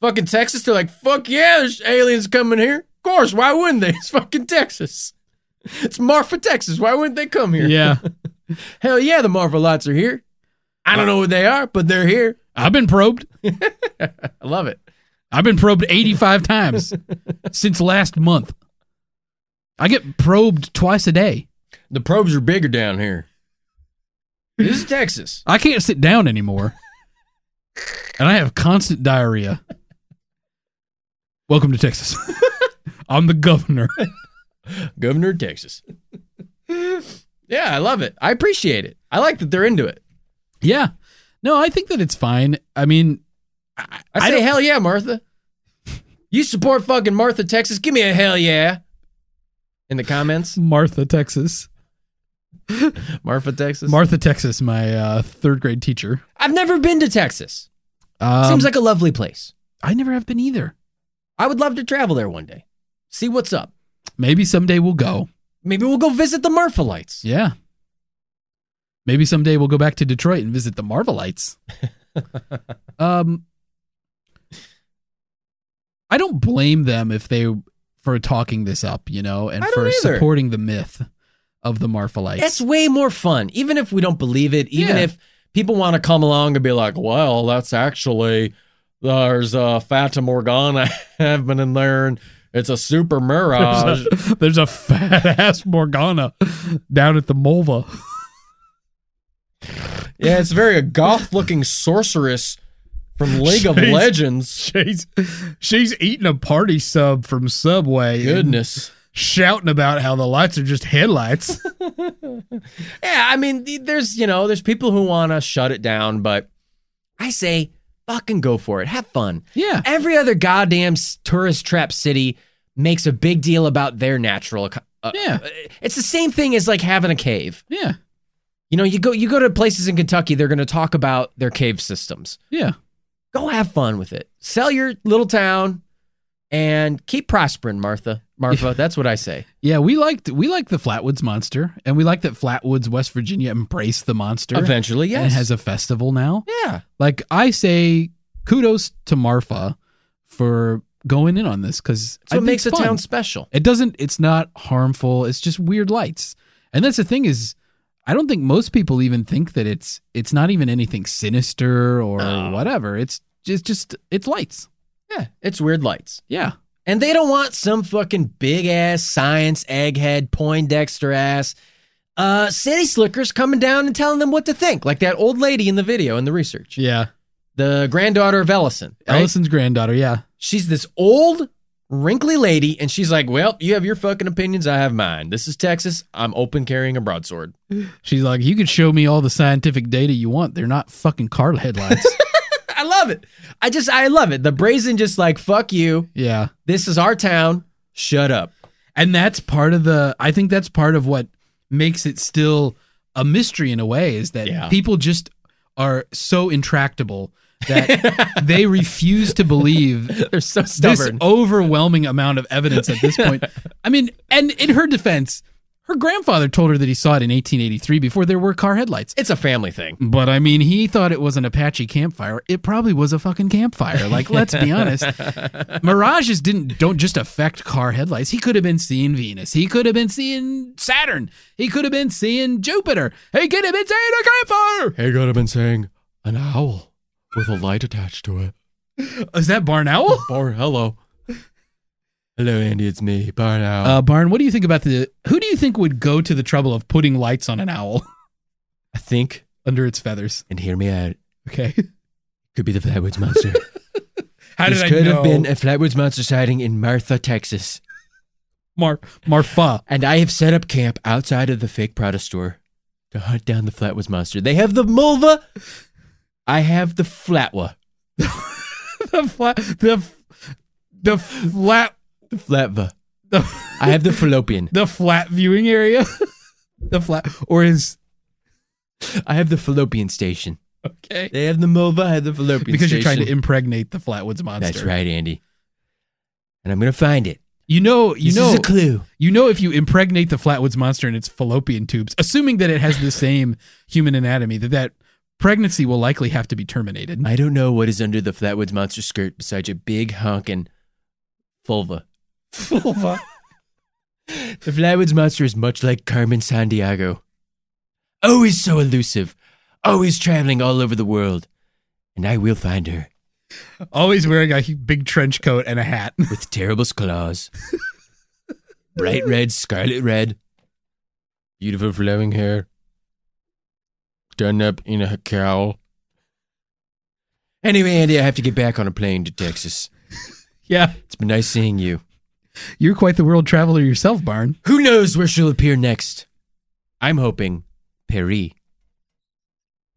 Fucking Texas, they're like, fuck yeah, there's aliens coming here. Of course, why wouldn't they? It's fucking Texas. It's Marfa, Texas. Why wouldn't they come here? Yeah, Hell yeah, the Marfa lots are here. I don't know what they are, but they're here. I've been probed. I love it. I've been probed 85 times since last month. I get probed twice a day. The probes are bigger down here. This is Texas. I can't sit down anymore. And I have constant diarrhea. Welcome to Texas. I'm the governor. Governor of Texas. yeah, I love it. I appreciate it. I like that they're into it. Yeah. No, I think that it's fine. I mean, I, I I say don't- hell yeah, Martha. You support fucking Martha, Texas? Give me a hell yeah. In the comments, Martha, Texas. Martha, Texas. Martha, Texas, my uh, third grade teacher. I've never been to Texas. Um, Seems like a lovely place. I never have been either. I would love to travel there one day. See what's up. Maybe someday we'll go. Maybe we'll go visit the Marfa lights. Yeah. Maybe someday we'll go back to Detroit and visit the Marvelites. um, I don't blame them if they for talking this up, you know, and I don't for either. supporting the myth of the Marvelites. It's way more fun, even if we don't believe it, even Yeah. if people want to come along and be like, well, that's actually, there's a Fata Morgana happening in there, and it's a super mirage. there's, a, there's a fat ass Morgana down at the Mulva. Yeah, it's very a goth looking sorceress from League of Jeez. Legends. She's she's eating a party sub from Subway, and Goodness. shouting about how the lights are just headlights. Yeah, I mean, th- there's, you know, there's people who want to shut it down, but I say fucking go for it. Have fun. yeah, Every other goddamn s- tourist trap city makes a big deal about their natural. eco- Uh, yeah, It's the same thing as like having a cave. yeah, You know, you go you go to places in Kentucky, they're going to talk about their cave systems. yeah. Go have fun with it. Sell your little town, and keep prospering, Martha. Martha, that's what I say. Yeah, we liked we liked the Flatwoods Monster, and we like that Flatwoods, West Virginia, embraced the monster Eventually, and yes. has a festival now. yeah. Like I say, kudos to Marfa for going in on this because So it makes the town special. It doesn't. It's not harmful. It's just weird lights. And that's the thing is, I don't think most people even think that it's it's not even anything sinister or No. whatever. It's just just it's lights. Yeah. It's weird lights. Yeah. And they don't want some fucking big ass science egghead Poindexter ass uh, city slickers coming down and telling them what to think, like that old lady in the video in the research, Yeah. the granddaughter of Ellison. right? Ellison's granddaughter. Yeah. She's this old, wrinkly lady, and she's like, "Well, you have your fucking opinions. I have mine. This is Texas. I'm open carrying a broadsword." She's like, you could show me all the scientific data you want. They're not fucking car headlights. I love it. I just, I love it. The brazen, just like, "Fuck you. yeah. This is our town. Shut up." And that's part of the I think that's part of what makes it still a mystery in a way is that Yeah. people just are so intractable that they refuse to believe They're so this stubborn. overwhelming amount of evidence at this point. I mean, and in her defense, her grandfather told her that he saw it in 1883 before there were car headlights. it's a family thing. But I mean, he thought it was an Apache campfire. It probably was a fucking campfire. Like, let's be honest. Mirages didn't don't just affect car headlights. He could have been seeing Venus. He could have been seeing Saturn. He could have been seeing Jupiter. He could have been seeing a campfire. Hey, could have been saying an owl with a light attached to it. Is that Barn Owl? Or hello. Hello, Andy. It's me, Barn Owl. Uh, Barn, what do you think about the? Who do you think would go to the trouble of putting lights on an owl I think, under its feathers? and hear me out, Okay, could be the Flatwoods Monster. how did this I could know? have been a Flatwoods Monster sighting in Martha, Texas. Mar Marfa. And I have set up camp outside of the fake Prada store to hunt down the Flatwoods Monster. They have the Mulva. I have the Flatwa. the flat the f- the flat The Flatva. the. I have the Fallopian. the flat viewing area the flat or is I have the Fallopian station. okay They have the Mulva. I have the Fallopian because you're station. trying to impregnate the flatwoods monster That's right, Andy. And I'm going to find it. you know you This know is a clue. you know if you impregnate the flatwoods monster in its fallopian tubes assuming that it has the same human anatomy that that pregnancy will likely have to be terminated I don't know what is under the Flatwoods Monster skirt besides a big honkin' vulva. Vulva. The Flatwoods Monster is much like Carmen Sandiego. Always so elusive, always traveling all over the world. And I will find her always wearing a big trench coat and a hat with terrible claws, bright red, scarlet red, beautiful flowing hair, done up in a cowl. Anyway, Andy, I have to get back on a plane to Texas. yeah It's been nice seeing you. you're quite the world traveler yourself barn Who knows where she'll appear next? I'm hoping Paris,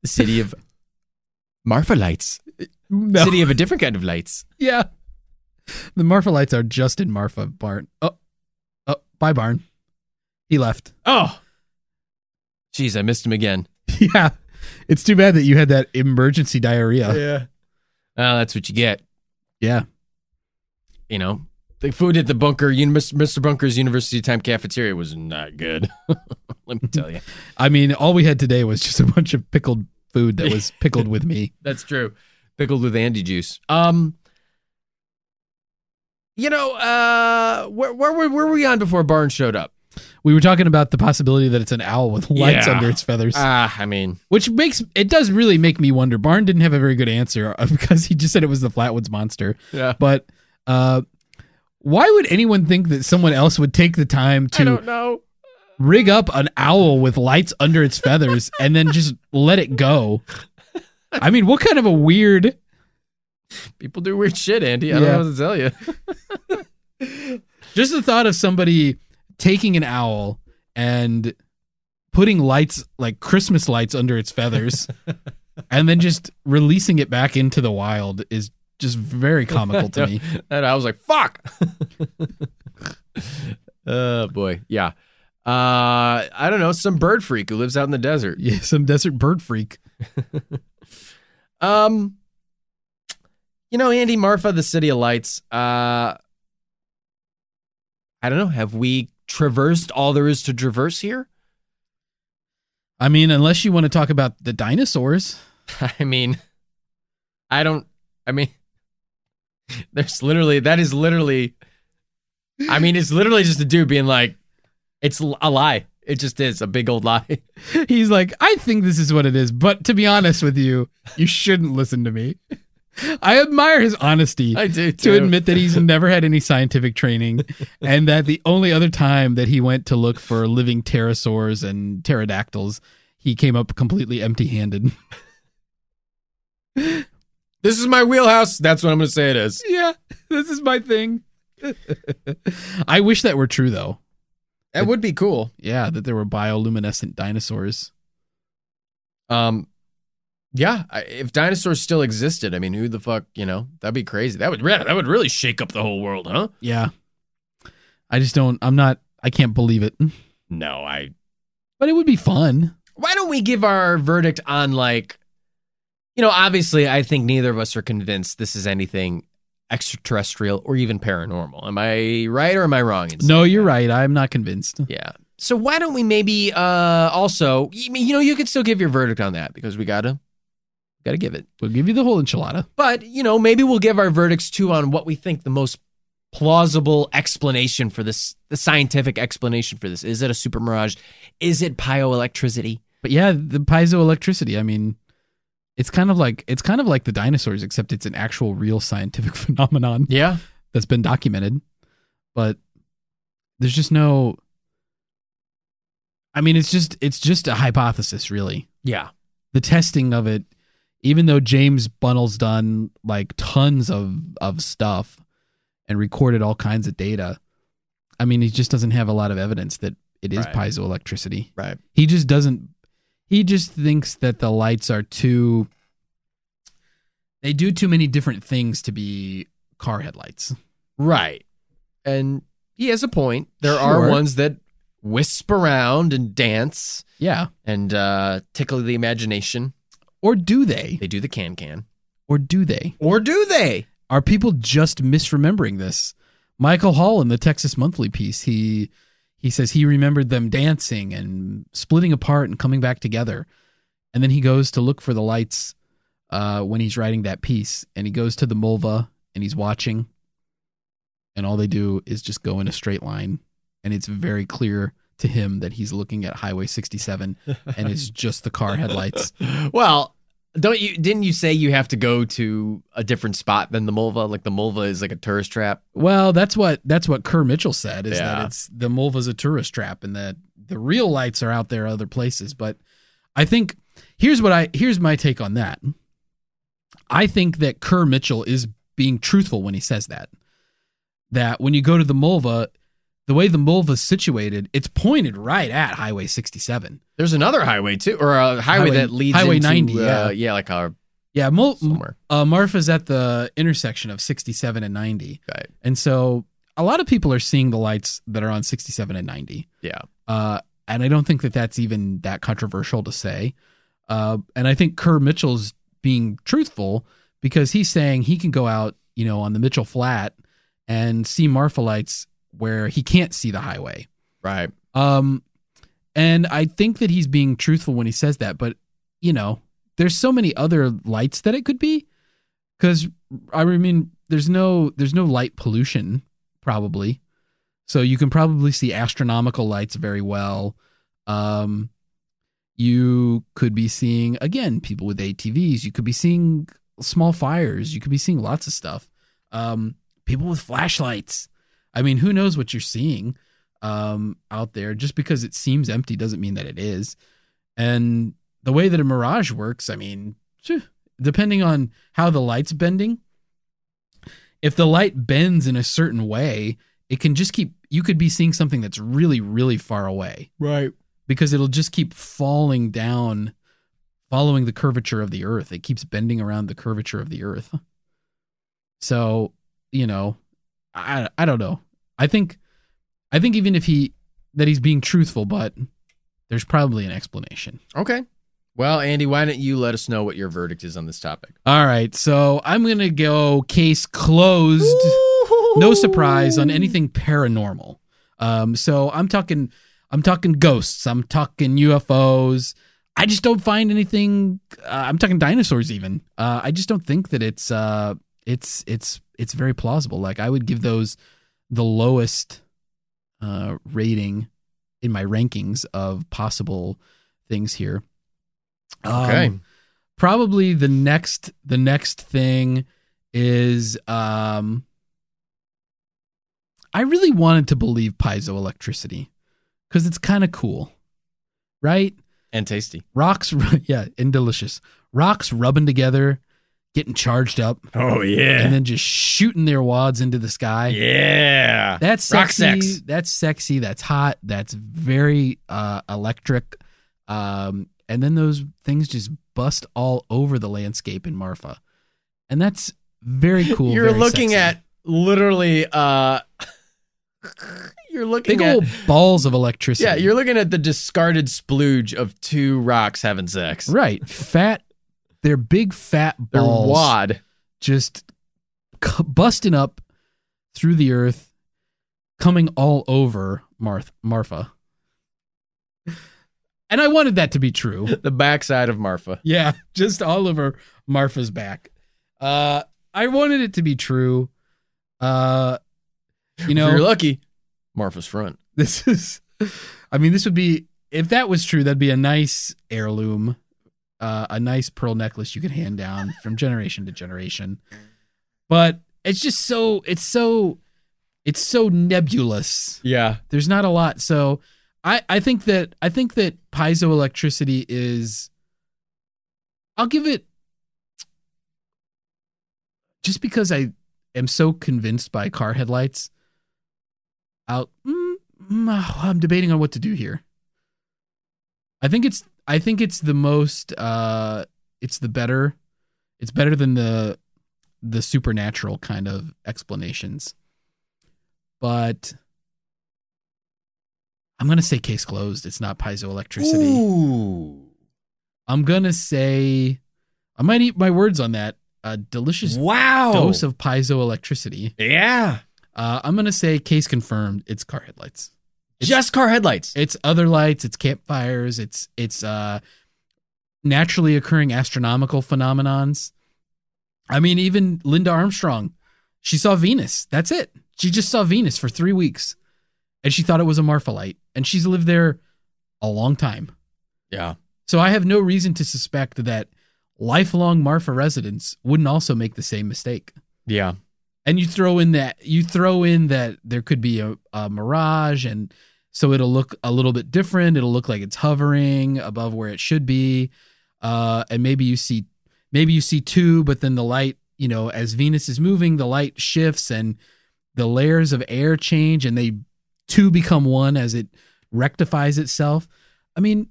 the city of Marfa lights, no. city of a different kind of lights. yeah the marfa lights are just in marfa barn oh oh bye barn he left Oh, jeez, I missed him again. Yeah. It's too bad that you had that emergency diarrhea. Yeah. Well, that's what you get. You know, the food at the bunker, uni- Mr. Bunker's University Time Cafeteria was not good. Let me tell you, I mean, all we had today was just a bunch of pickled food that was pickled with me. that's true. Pickled with Andy juice. Um, you know, uh, where where were, where were we on before Barnes showed up? We were talking about the possibility that it's an owl with lights Yeah. under its feathers, Ah, I mean, which makes it does really make me wonder. Barn didn't have a very good answer uh, because he just said it was the Flatwoods monster. Yeah. But uh why would anyone think that someone else would take the time to know. rig up an owl with lights under its feathers and then just let it go? I mean, what kind of a weird People do weird shit, Andy. I Yeah. don't know what to tell you. Just the thought of somebody taking an owl and putting lights like Christmas lights under its feathers and then just releasing it back into the wild is just very comical to me. And I was like, fuck. oh, boy. Yeah. Uh, I don't know. Some bird freak who lives out in the desert. Yeah, some desert bird freak. Um, you know, Andy Marfa, the City of Lights. Uh, I don't know. Have we traversed all there is to traverse here? I mean, unless you want to talk about the dinosaurs. I mean, I don't. I mean, there's literally that is literally. I mean, it's literally just a dude being like, "It's l- a lie. It just is a big old lie." He's like, I think this is what it is, but to be honest with you, you shouldn't listen to me. I admire his honesty. I do to too. admit that he's never had any scientific training and that the only other time that he went to look for living pterosaurs and pterodactyls, he came up completely empty handed. This is my wheelhouse. That's what I'm going to say it is. yeah, this is my thing. I wish that were true, though. That would be cool. Yeah, that there were bioluminescent dinosaurs. Um, yeah. I, if dinosaurs still existed, I mean, who the fuck, you know, that'd be crazy. That would yeah, that would really shake up the whole world, huh? Yeah. I just don't, I'm not, I can't believe it. No, I. But it would be fun. Why don't we give our verdict on like, you know, obviously, I think neither of us are convinced this is anything extraterrestrial or even paranormal. Am I right or am I wrong? in saying No, you're that? right. I'm not convinced. Yeah. So why don't we maybe uh also you you know you could still give your verdict on that because we gotta gotta give it. We'll give you the whole enchilada. But, you know, maybe we'll give our verdicts too on what we think the most plausible explanation for this, the scientific explanation for this. Is it a super mirage? Is it pyoelectricity? But yeah, the piezoelectricity, I mean, it's kind of like it's kind of like the dinosaurs except it's an actual real scientific phenomenon Yeah. that's been documented. But there's just no I mean, it's just it's just a hypothesis really. Yeah. the testing of it, even though James Bunnell's done like tons of of stuff and recorded all kinds of data, I mean, he just doesn't have a lot of evidence that it is Right. piezoelectricity. Right. He just doesn't. He just thinks that the lights are too. They do too many different things to be car headlights. Right. And he has a point. There are Sure. ones that wisp around and dance Yeah. and uh, tickle the imagination. Or do they? They do the can can. Or do they? Or do they? are people just misremembering this? Michael Hall in the Texas Monthly piece, he he says he remembered them dancing and splitting apart and coming back together, and then he goes to look for the lights uh, when he's writing that piece, and he goes to the Mulva and he's watching, and all they do is just go in a straight line, and it's very clear to him that he's looking at Highway 67, and it's just the car headlights. Well, don't you? Didn't you say you have to go to a different spot than the Mulva? Like the Mulva is like a tourist trap. Well, that's what that's what Kerr Mitchell said is Yeah. that it's the Mulva's a tourist trap and that the real lights are out there other places. But I think here's what I here's my take on that. I think that Kerr Mitchell is being truthful when he says that. That when you go to the Mulva, the way the Mulva's situated, it's pointed right at Highway 67. There's another highway too, or a highway, Highway- that leads Highway into, 90, Uh, yeah. yeah, like our Yeah, Mul- somewhere. uh, Marfa's at the intersection of 67 and 90. Right. And so a lot of people are seeing the lights that are on 67 and 90. Yeah. Uh, and I don't think that that's even that controversial to say. Uh, and I think Kerr Mitchell's being truthful because he's saying he can go out, you know, on the Mitchell Flat and see Marfa lights where he can't see the highway. Right. Um, and I think that he's being truthful when he says that, but you know, there's so many other lights that it could be. Because I mean, there's no there's no light pollution probably, so you can probably see astronomical lights very well. Um, you could be seeing again people with ATVs. You could be seeing small fires. You could be seeing lots of stuff. Um, people with flashlights. I mean, who knows what you're seeing? um, out there. Just because it seems empty doesn't mean that it is. And the way that a mirage works, I mean, phew, depending on how the light's bending, if the light bends in a certain way, it can just keep, you could be seeing something that's really, really far away Right. because it'll just keep falling down, following the curvature of the earth. It keeps bending around the curvature of the earth. So, you know, I I don't know. I think I think even if he that he's being truthful, but there's probably an explanation. Okay. Well, Andy, why don't you let us know what your verdict is on this topic? All right, so I'm gonna go case closed. No surprise on anything paranormal. Um, so I'm talking, I'm talking ghosts. I'm talking UFOs. I just don't find anything. Uh, I'm talking dinosaurs even. Uh, I just don't think that it's uh, it's it's it's very plausible. Like I would give those the lowest uh, rating in my rankings of possible things here. Um, Okay. probably the next the next thing is um I really wanted to believe piezoelectricity cuz it's kind of cool. Right? and tasty. Rocks yeah, and delicious. Rocks rubbing together, getting charged up Oh and Eh. yeah, then just shooting their wads into the sky. yeah. That's Rock sexy. sex. That's sexy. That's hot. That's very uh, electric. Um, and then those things just bust all over the landscape in Marfa, and that's very cool. You're very looking sexy. at literally uh you're looking big at old balls of electricity. Yeah, you're looking at the discarded splooge of two rocks having sex. right. Fat. They're big fat They're balls. wad. just c- busting up through the earth, coming all over Marth- Marfa. And I wanted that to be true. The backside of Marfa. Yeah, just all over Marfa's back. Uh, I wanted it to be true. Uh, you if you're know, lucky, Marfa's front. this is. I mean, this would be if that was true. That'd be a nice heirloom, uh, a nice pearl necklace you could hand down from generation to generation. But it's just so it's so it's so nebulous Yeah. there's not a lot so i i think that i think that piezoelectricity is i'll give it just because i am so convinced by car headlights i'll mm, mm, ah, i'm debating on what to do here i think it's i think it's the most uh it's the better it's better than the the supernatural kind of explanations but I'm gonna say case closed. It's not piezoelectricity. Ooh. I'm gonna say I might eat my words on that. A delicious Wow. dose of piezoelectricity. yeah. Uh, I'm gonna say case confirmed. It's car headlights. It's- Just car headlights. It's other lights. It's campfires. It's it's uh, naturally occurring astronomical phenomenons. I mean, even Linda Armstrong, she saw Venus. That's it. She just saw Venus for three weeks, and she thought it was a Marfa light, and she's lived there a long time. Yeah. So I have no reason to suspect that lifelong Marfa residents wouldn't also make the same mistake. Yeah. And you throw in that you throw in that there could be a, a mirage, and so it'll look a little bit different. It'll look like it's hovering above where it should be, uh, and maybe you see maybe you see two, but then the light, you know, as Venus is moving, the light shifts and the layers of air change, and they two become one as it rectifies itself. I mean,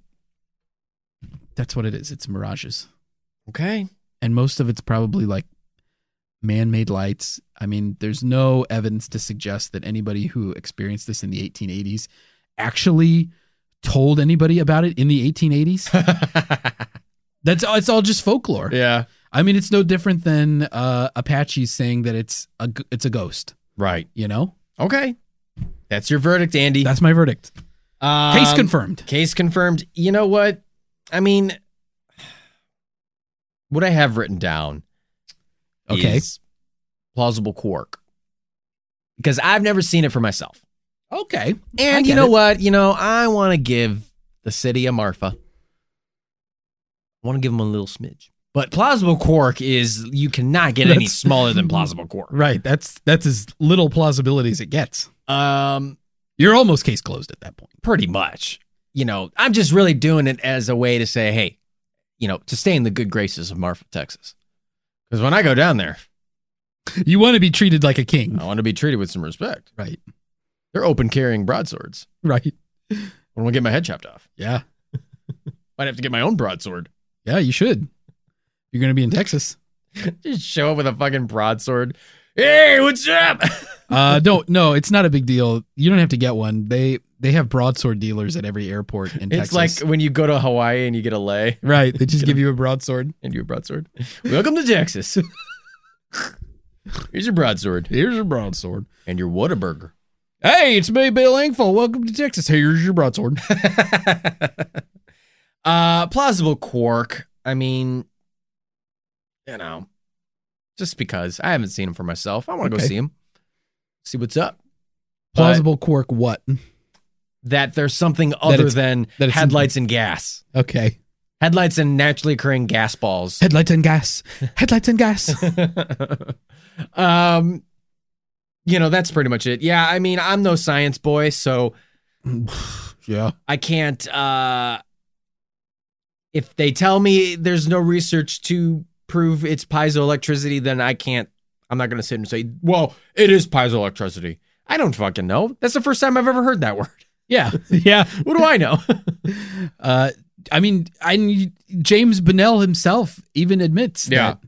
that's what it is. It's mirages Okay. and most of it's probably like man-made lights. I mean, there's no evidence to suggest that anybody who experienced this in the 1880s actually told anybody about it in the 1880s. That's all. it's all just folklore. yeah. I mean, it's no different than uh, Apaches saying that it's a g- it's a ghost. Right. You know, Okay. That's your verdict, Andy. that's my verdict. Case Um, confirmed. Case confirmed. You know what? I mean, what I have written down Okay. is plausible quark because I've never seen it for myself. Okay, And I you get know it. what? You know, I want to give the city of Marfa. I want to give them a little smidge. But plausible quark is you cannot get any That's- smaller than plausible quark. right. That's that's as little plausibility as it gets. Um, You're almost case closed at that point. pretty much. You know, I'm just really doing it as a way to say, hey, you know, to stay in the good graces of Marfa, Texas. Because when I go down there, You want to be treated like a king, I want to be treated with some respect. right? They're open carrying broadswords. Right. When I get my head chopped off, Yeah. might have to get my own broadsword. Yeah, you should. You're going to be in Texas. Just show up with a fucking broadsword. Hey, what's up? Uh, no, no, it's not a big deal. You don't have to get one. They they have broadsword dealers at every airport in it's Texas. like when you go to Hawaii and you get a lay right, they just give you a broadsword. and you a broadsword. Welcome to Texas. Here's your broadsword Here's a broadsword. and your Whataburger. Hey, it's me, Bill Engvall. Welcome to Texas. Here's your broadsword. uh, plausible quark. I mean, you know, just because I haven't seen him for myself, I want to Okay. go see him, see what's up. But Plausible quirk. What? that there's something other it's- than that it's- headlights and gas, Okay. headlights and naturally occurring gas balls. Headlights and gas. Headlights and gas. um, you know, that's pretty much it. Yeah, I mean, I'm no science boy, so yeah. I can't. uh If they tell me there's no research to prove it's piezoelectricity, then I can't. I'm not going to sit and say, "Well, it is piezoelectricity." I don't fucking know. That's the first time I've ever heard that word. Yeah. Yeah. What do I know? Uh, I mean, I need- James Bennell himself even admits Yeah. that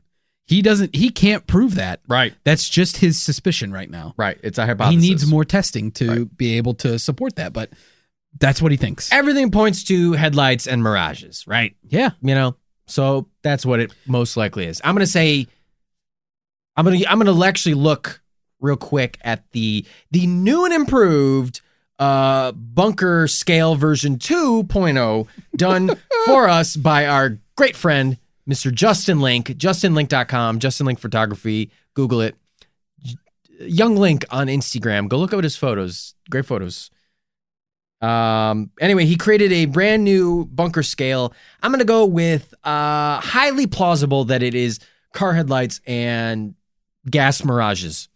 he doesn't. He can't prove that. right, That's just his suspicion right now. right. It's a hypothesis. He needs more testing to be able to support that, but that's what he thinks. Everything points to headlights and mirages, right? Yeah. you know so that's what it most likely is i'm gonna say i'm gonna i'm gonna actually look real quick at the the new and improved uh bunker scale version 2.0 done for us by our great friend mr justin link justinlink.com justin link photography google it J- young link on instagram go look at his photos great photos um anyway he created a brand new bunker scale I'm gonna go with uh highly plausible that it is car headlights and gas mirages,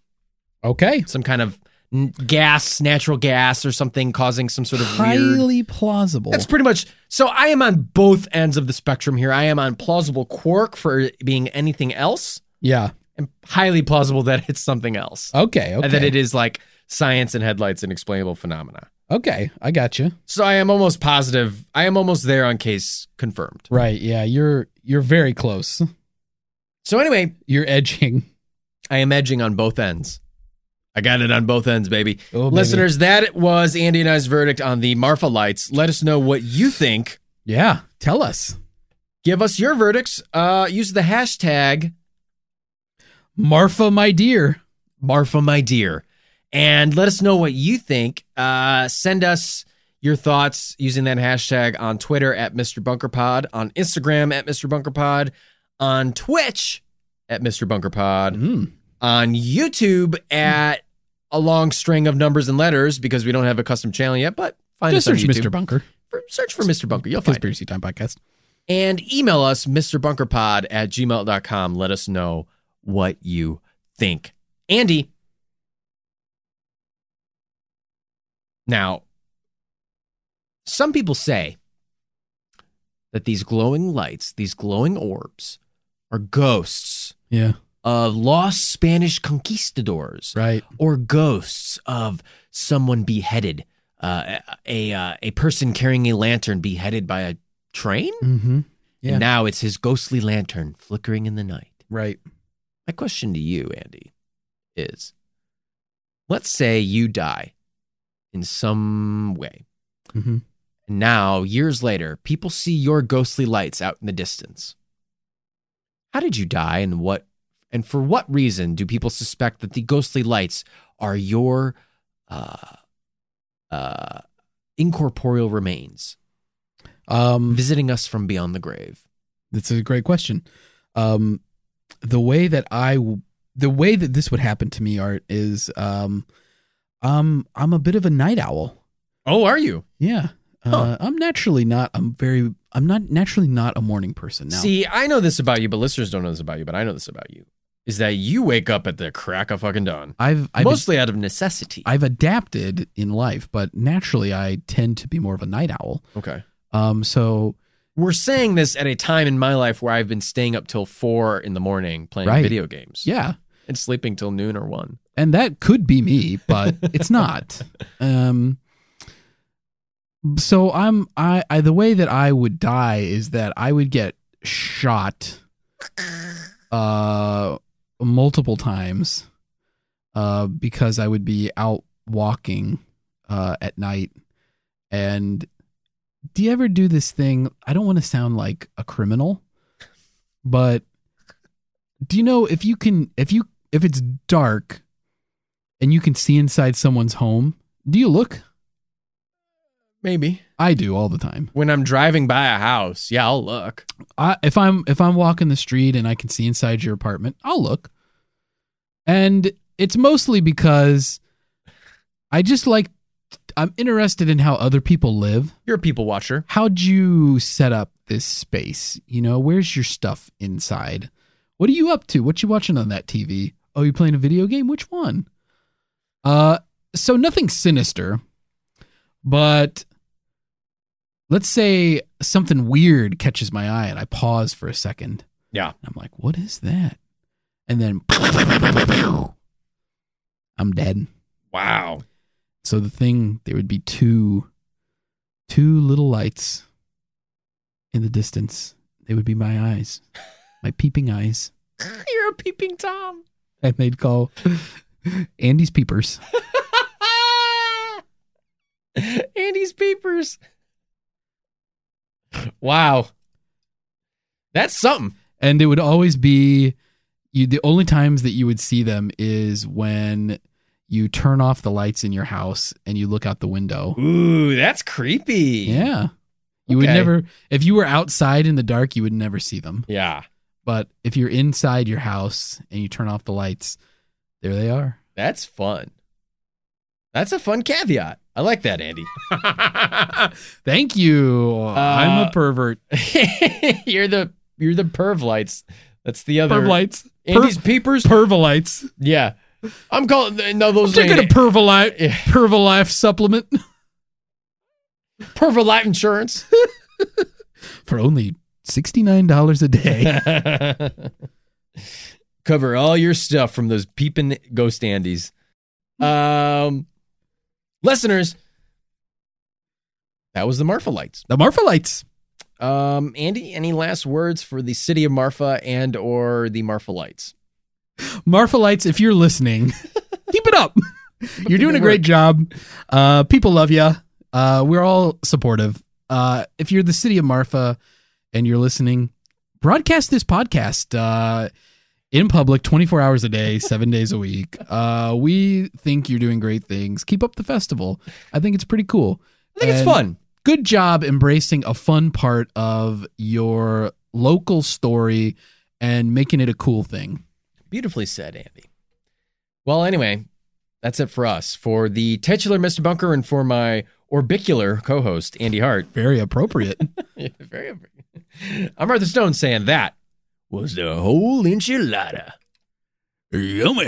Okay. some kind of n- gas, natural gas, or something causing some sort of weird. Highly plausible. That's pretty much. So I am on both ends of the spectrum here. I am on plausible quark for it being anything else, yeah. and highly plausible that it's something else, Okay. Oh, Okay. and that it is like science and headlights and explainable phenomena. okay. I got you. So I am almost positive. I am almost there on case confirmed. Right. Yeah. You're you're very close. So anyway, You're edging. I am edging on both ends. I got it on both ends, baby. Oh, baby. Listeners, that was Andy and I's verdict on the Marfa lights. Let us know what you think. Yeah. Tell us. Give us your verdicts. Uh, use the hashtag Marfa, my dear. Marfa, my dear, and let us know what you think. Uh, send us your thoughts using that hashtag on Twitter at Mr. Bunker Pod, on Instagram at Mr. Bunker Pod, on Twitch at Mr. Bunker Pod, Mm. on YouTube at a long string of numbers and letters because we don't have a custom channel yet, but find Just us on search YouTube. Mr. Bunker. For- search for Mr. Bunker. You'll find it. Conspiracy Time Podcast. And email us, MrBunkerPod at gmail.com. Let us know what you think. Andy. Now, some people say that these glowing lights, these glowing orbs, are ghosts Yeah. of lost Spanish conquistadors Right. or ghosts of someone beheaded, uh, a uh, a person carrying a lantern beheaded by a train. Mm-hmm. Yeah. And now it's his ghostly lantern flickering in the night. Right. My question to you, Andy, is: Let's say you die in some way. Mm-hmm. And now, years later, people see your ghostly lights out in the distance. How did you die, and what, and for what reason do people suspect that the ghostly lights are your uh, uh, incorporeal remains Um. visiting us from beyond the grave? That's a great question. Um, the way that I, w- the way that this would happen to me, Art, is um, um, I'm a bit of a night owl. Oh, are you? Yeah, uh, I'm naturally not. I'm very. I'm not naturally not a morning person. Now, See, I know this about you, but listeners don't know this about you, but I know this about you. Is that you wake up at the crack of fucking dawn. I've I've, mostly out of necessity. I've adapted in life, but naturally I tend to be more of a night owl. okay. Um, so We're saying this at a time in my life where I've been staying up till four in the morning playing Right. video games. yeah, And sleeping till noon or one. and that could be me, but it's not. Um, so I'm I, I the way that I would die is that I would get shot, uh, multiple times, uh, because I would be out walking, uh, at night, and do you ever do this thing? I don't want to sound like a criminal, but do you know if you can if you if it's dark and you can see inside someone's home Do you look? Maybe. I do all the time. When I'm driving by a house, yeah, I'll look. I, if I'm if I'm walking the street and I can see inside your apartment, I'll look. And it's mostly because I just like I'm interested in how other people live. You're a people watcher. How'd you set up this space? You know, where's your stuff inside? What are you up to? What you watching on that TV? Oh, you playing a video game? Which one? Uh, so nothing sinister, but let's say something weird catches my eye and I pause for a second. Yeah. I'm like, what is that? And then I'm dead. Wow. So the thing there would be two two little lights in the distance. They would be my eyes. My peeping eyes. You're a peeping Tom. And they'd call Andy's peepers. Andy's peepers. Wow. That's something. And it would always be you the only times that you would see them is when you turn off the lights in your house and you look out the window. Ooh, that's creepy. Yeah. You would Okay. never if you were outside in the dark, you would never see them. Yeah. But if you're inside your house and you turn off the lights, there they are. That's fun. That's a fun caveat. I like that, Andy. Thank you. Uh, I'm a pervert. you're the you're the perv lights. That's the other Pervlites. Andy's peepers. Pervlites. yeah, I'm calling no those. Taking a ain't- pervolite Yeah. pervolife supplement pervert life insurance. for only sixty nine dollars a day. Cover all your stuff from those peeping ghost andies. Um, listeners, that was the Marfa lights. the Marfalites. Um, Andy, any last words for the city of Marfa and or the Marfa lights? Marfalites, if you're listening, keep it up. you're doing a it great job. Uh, people love you. Uh, we're all supportive. Uh, if you're the city of Marfa and you're listening, broadcast this podcast uh, in public 24 hours a day, seven days a week. Uh, we think you're doing great things. Keep up the festival. I think it's pretty cool. I think it's And fun. Good job embracing a fun part of your local story and making it a cool thing. Beautifully said, Andy. Well, anyway, that's it for us. For the titular Mr. Bunker and for my orbicular co-host, Andy Hart. Very appropriate. Yeah, very, very. I'm Arthur Stone saying that was the whole enchilada. Yummy.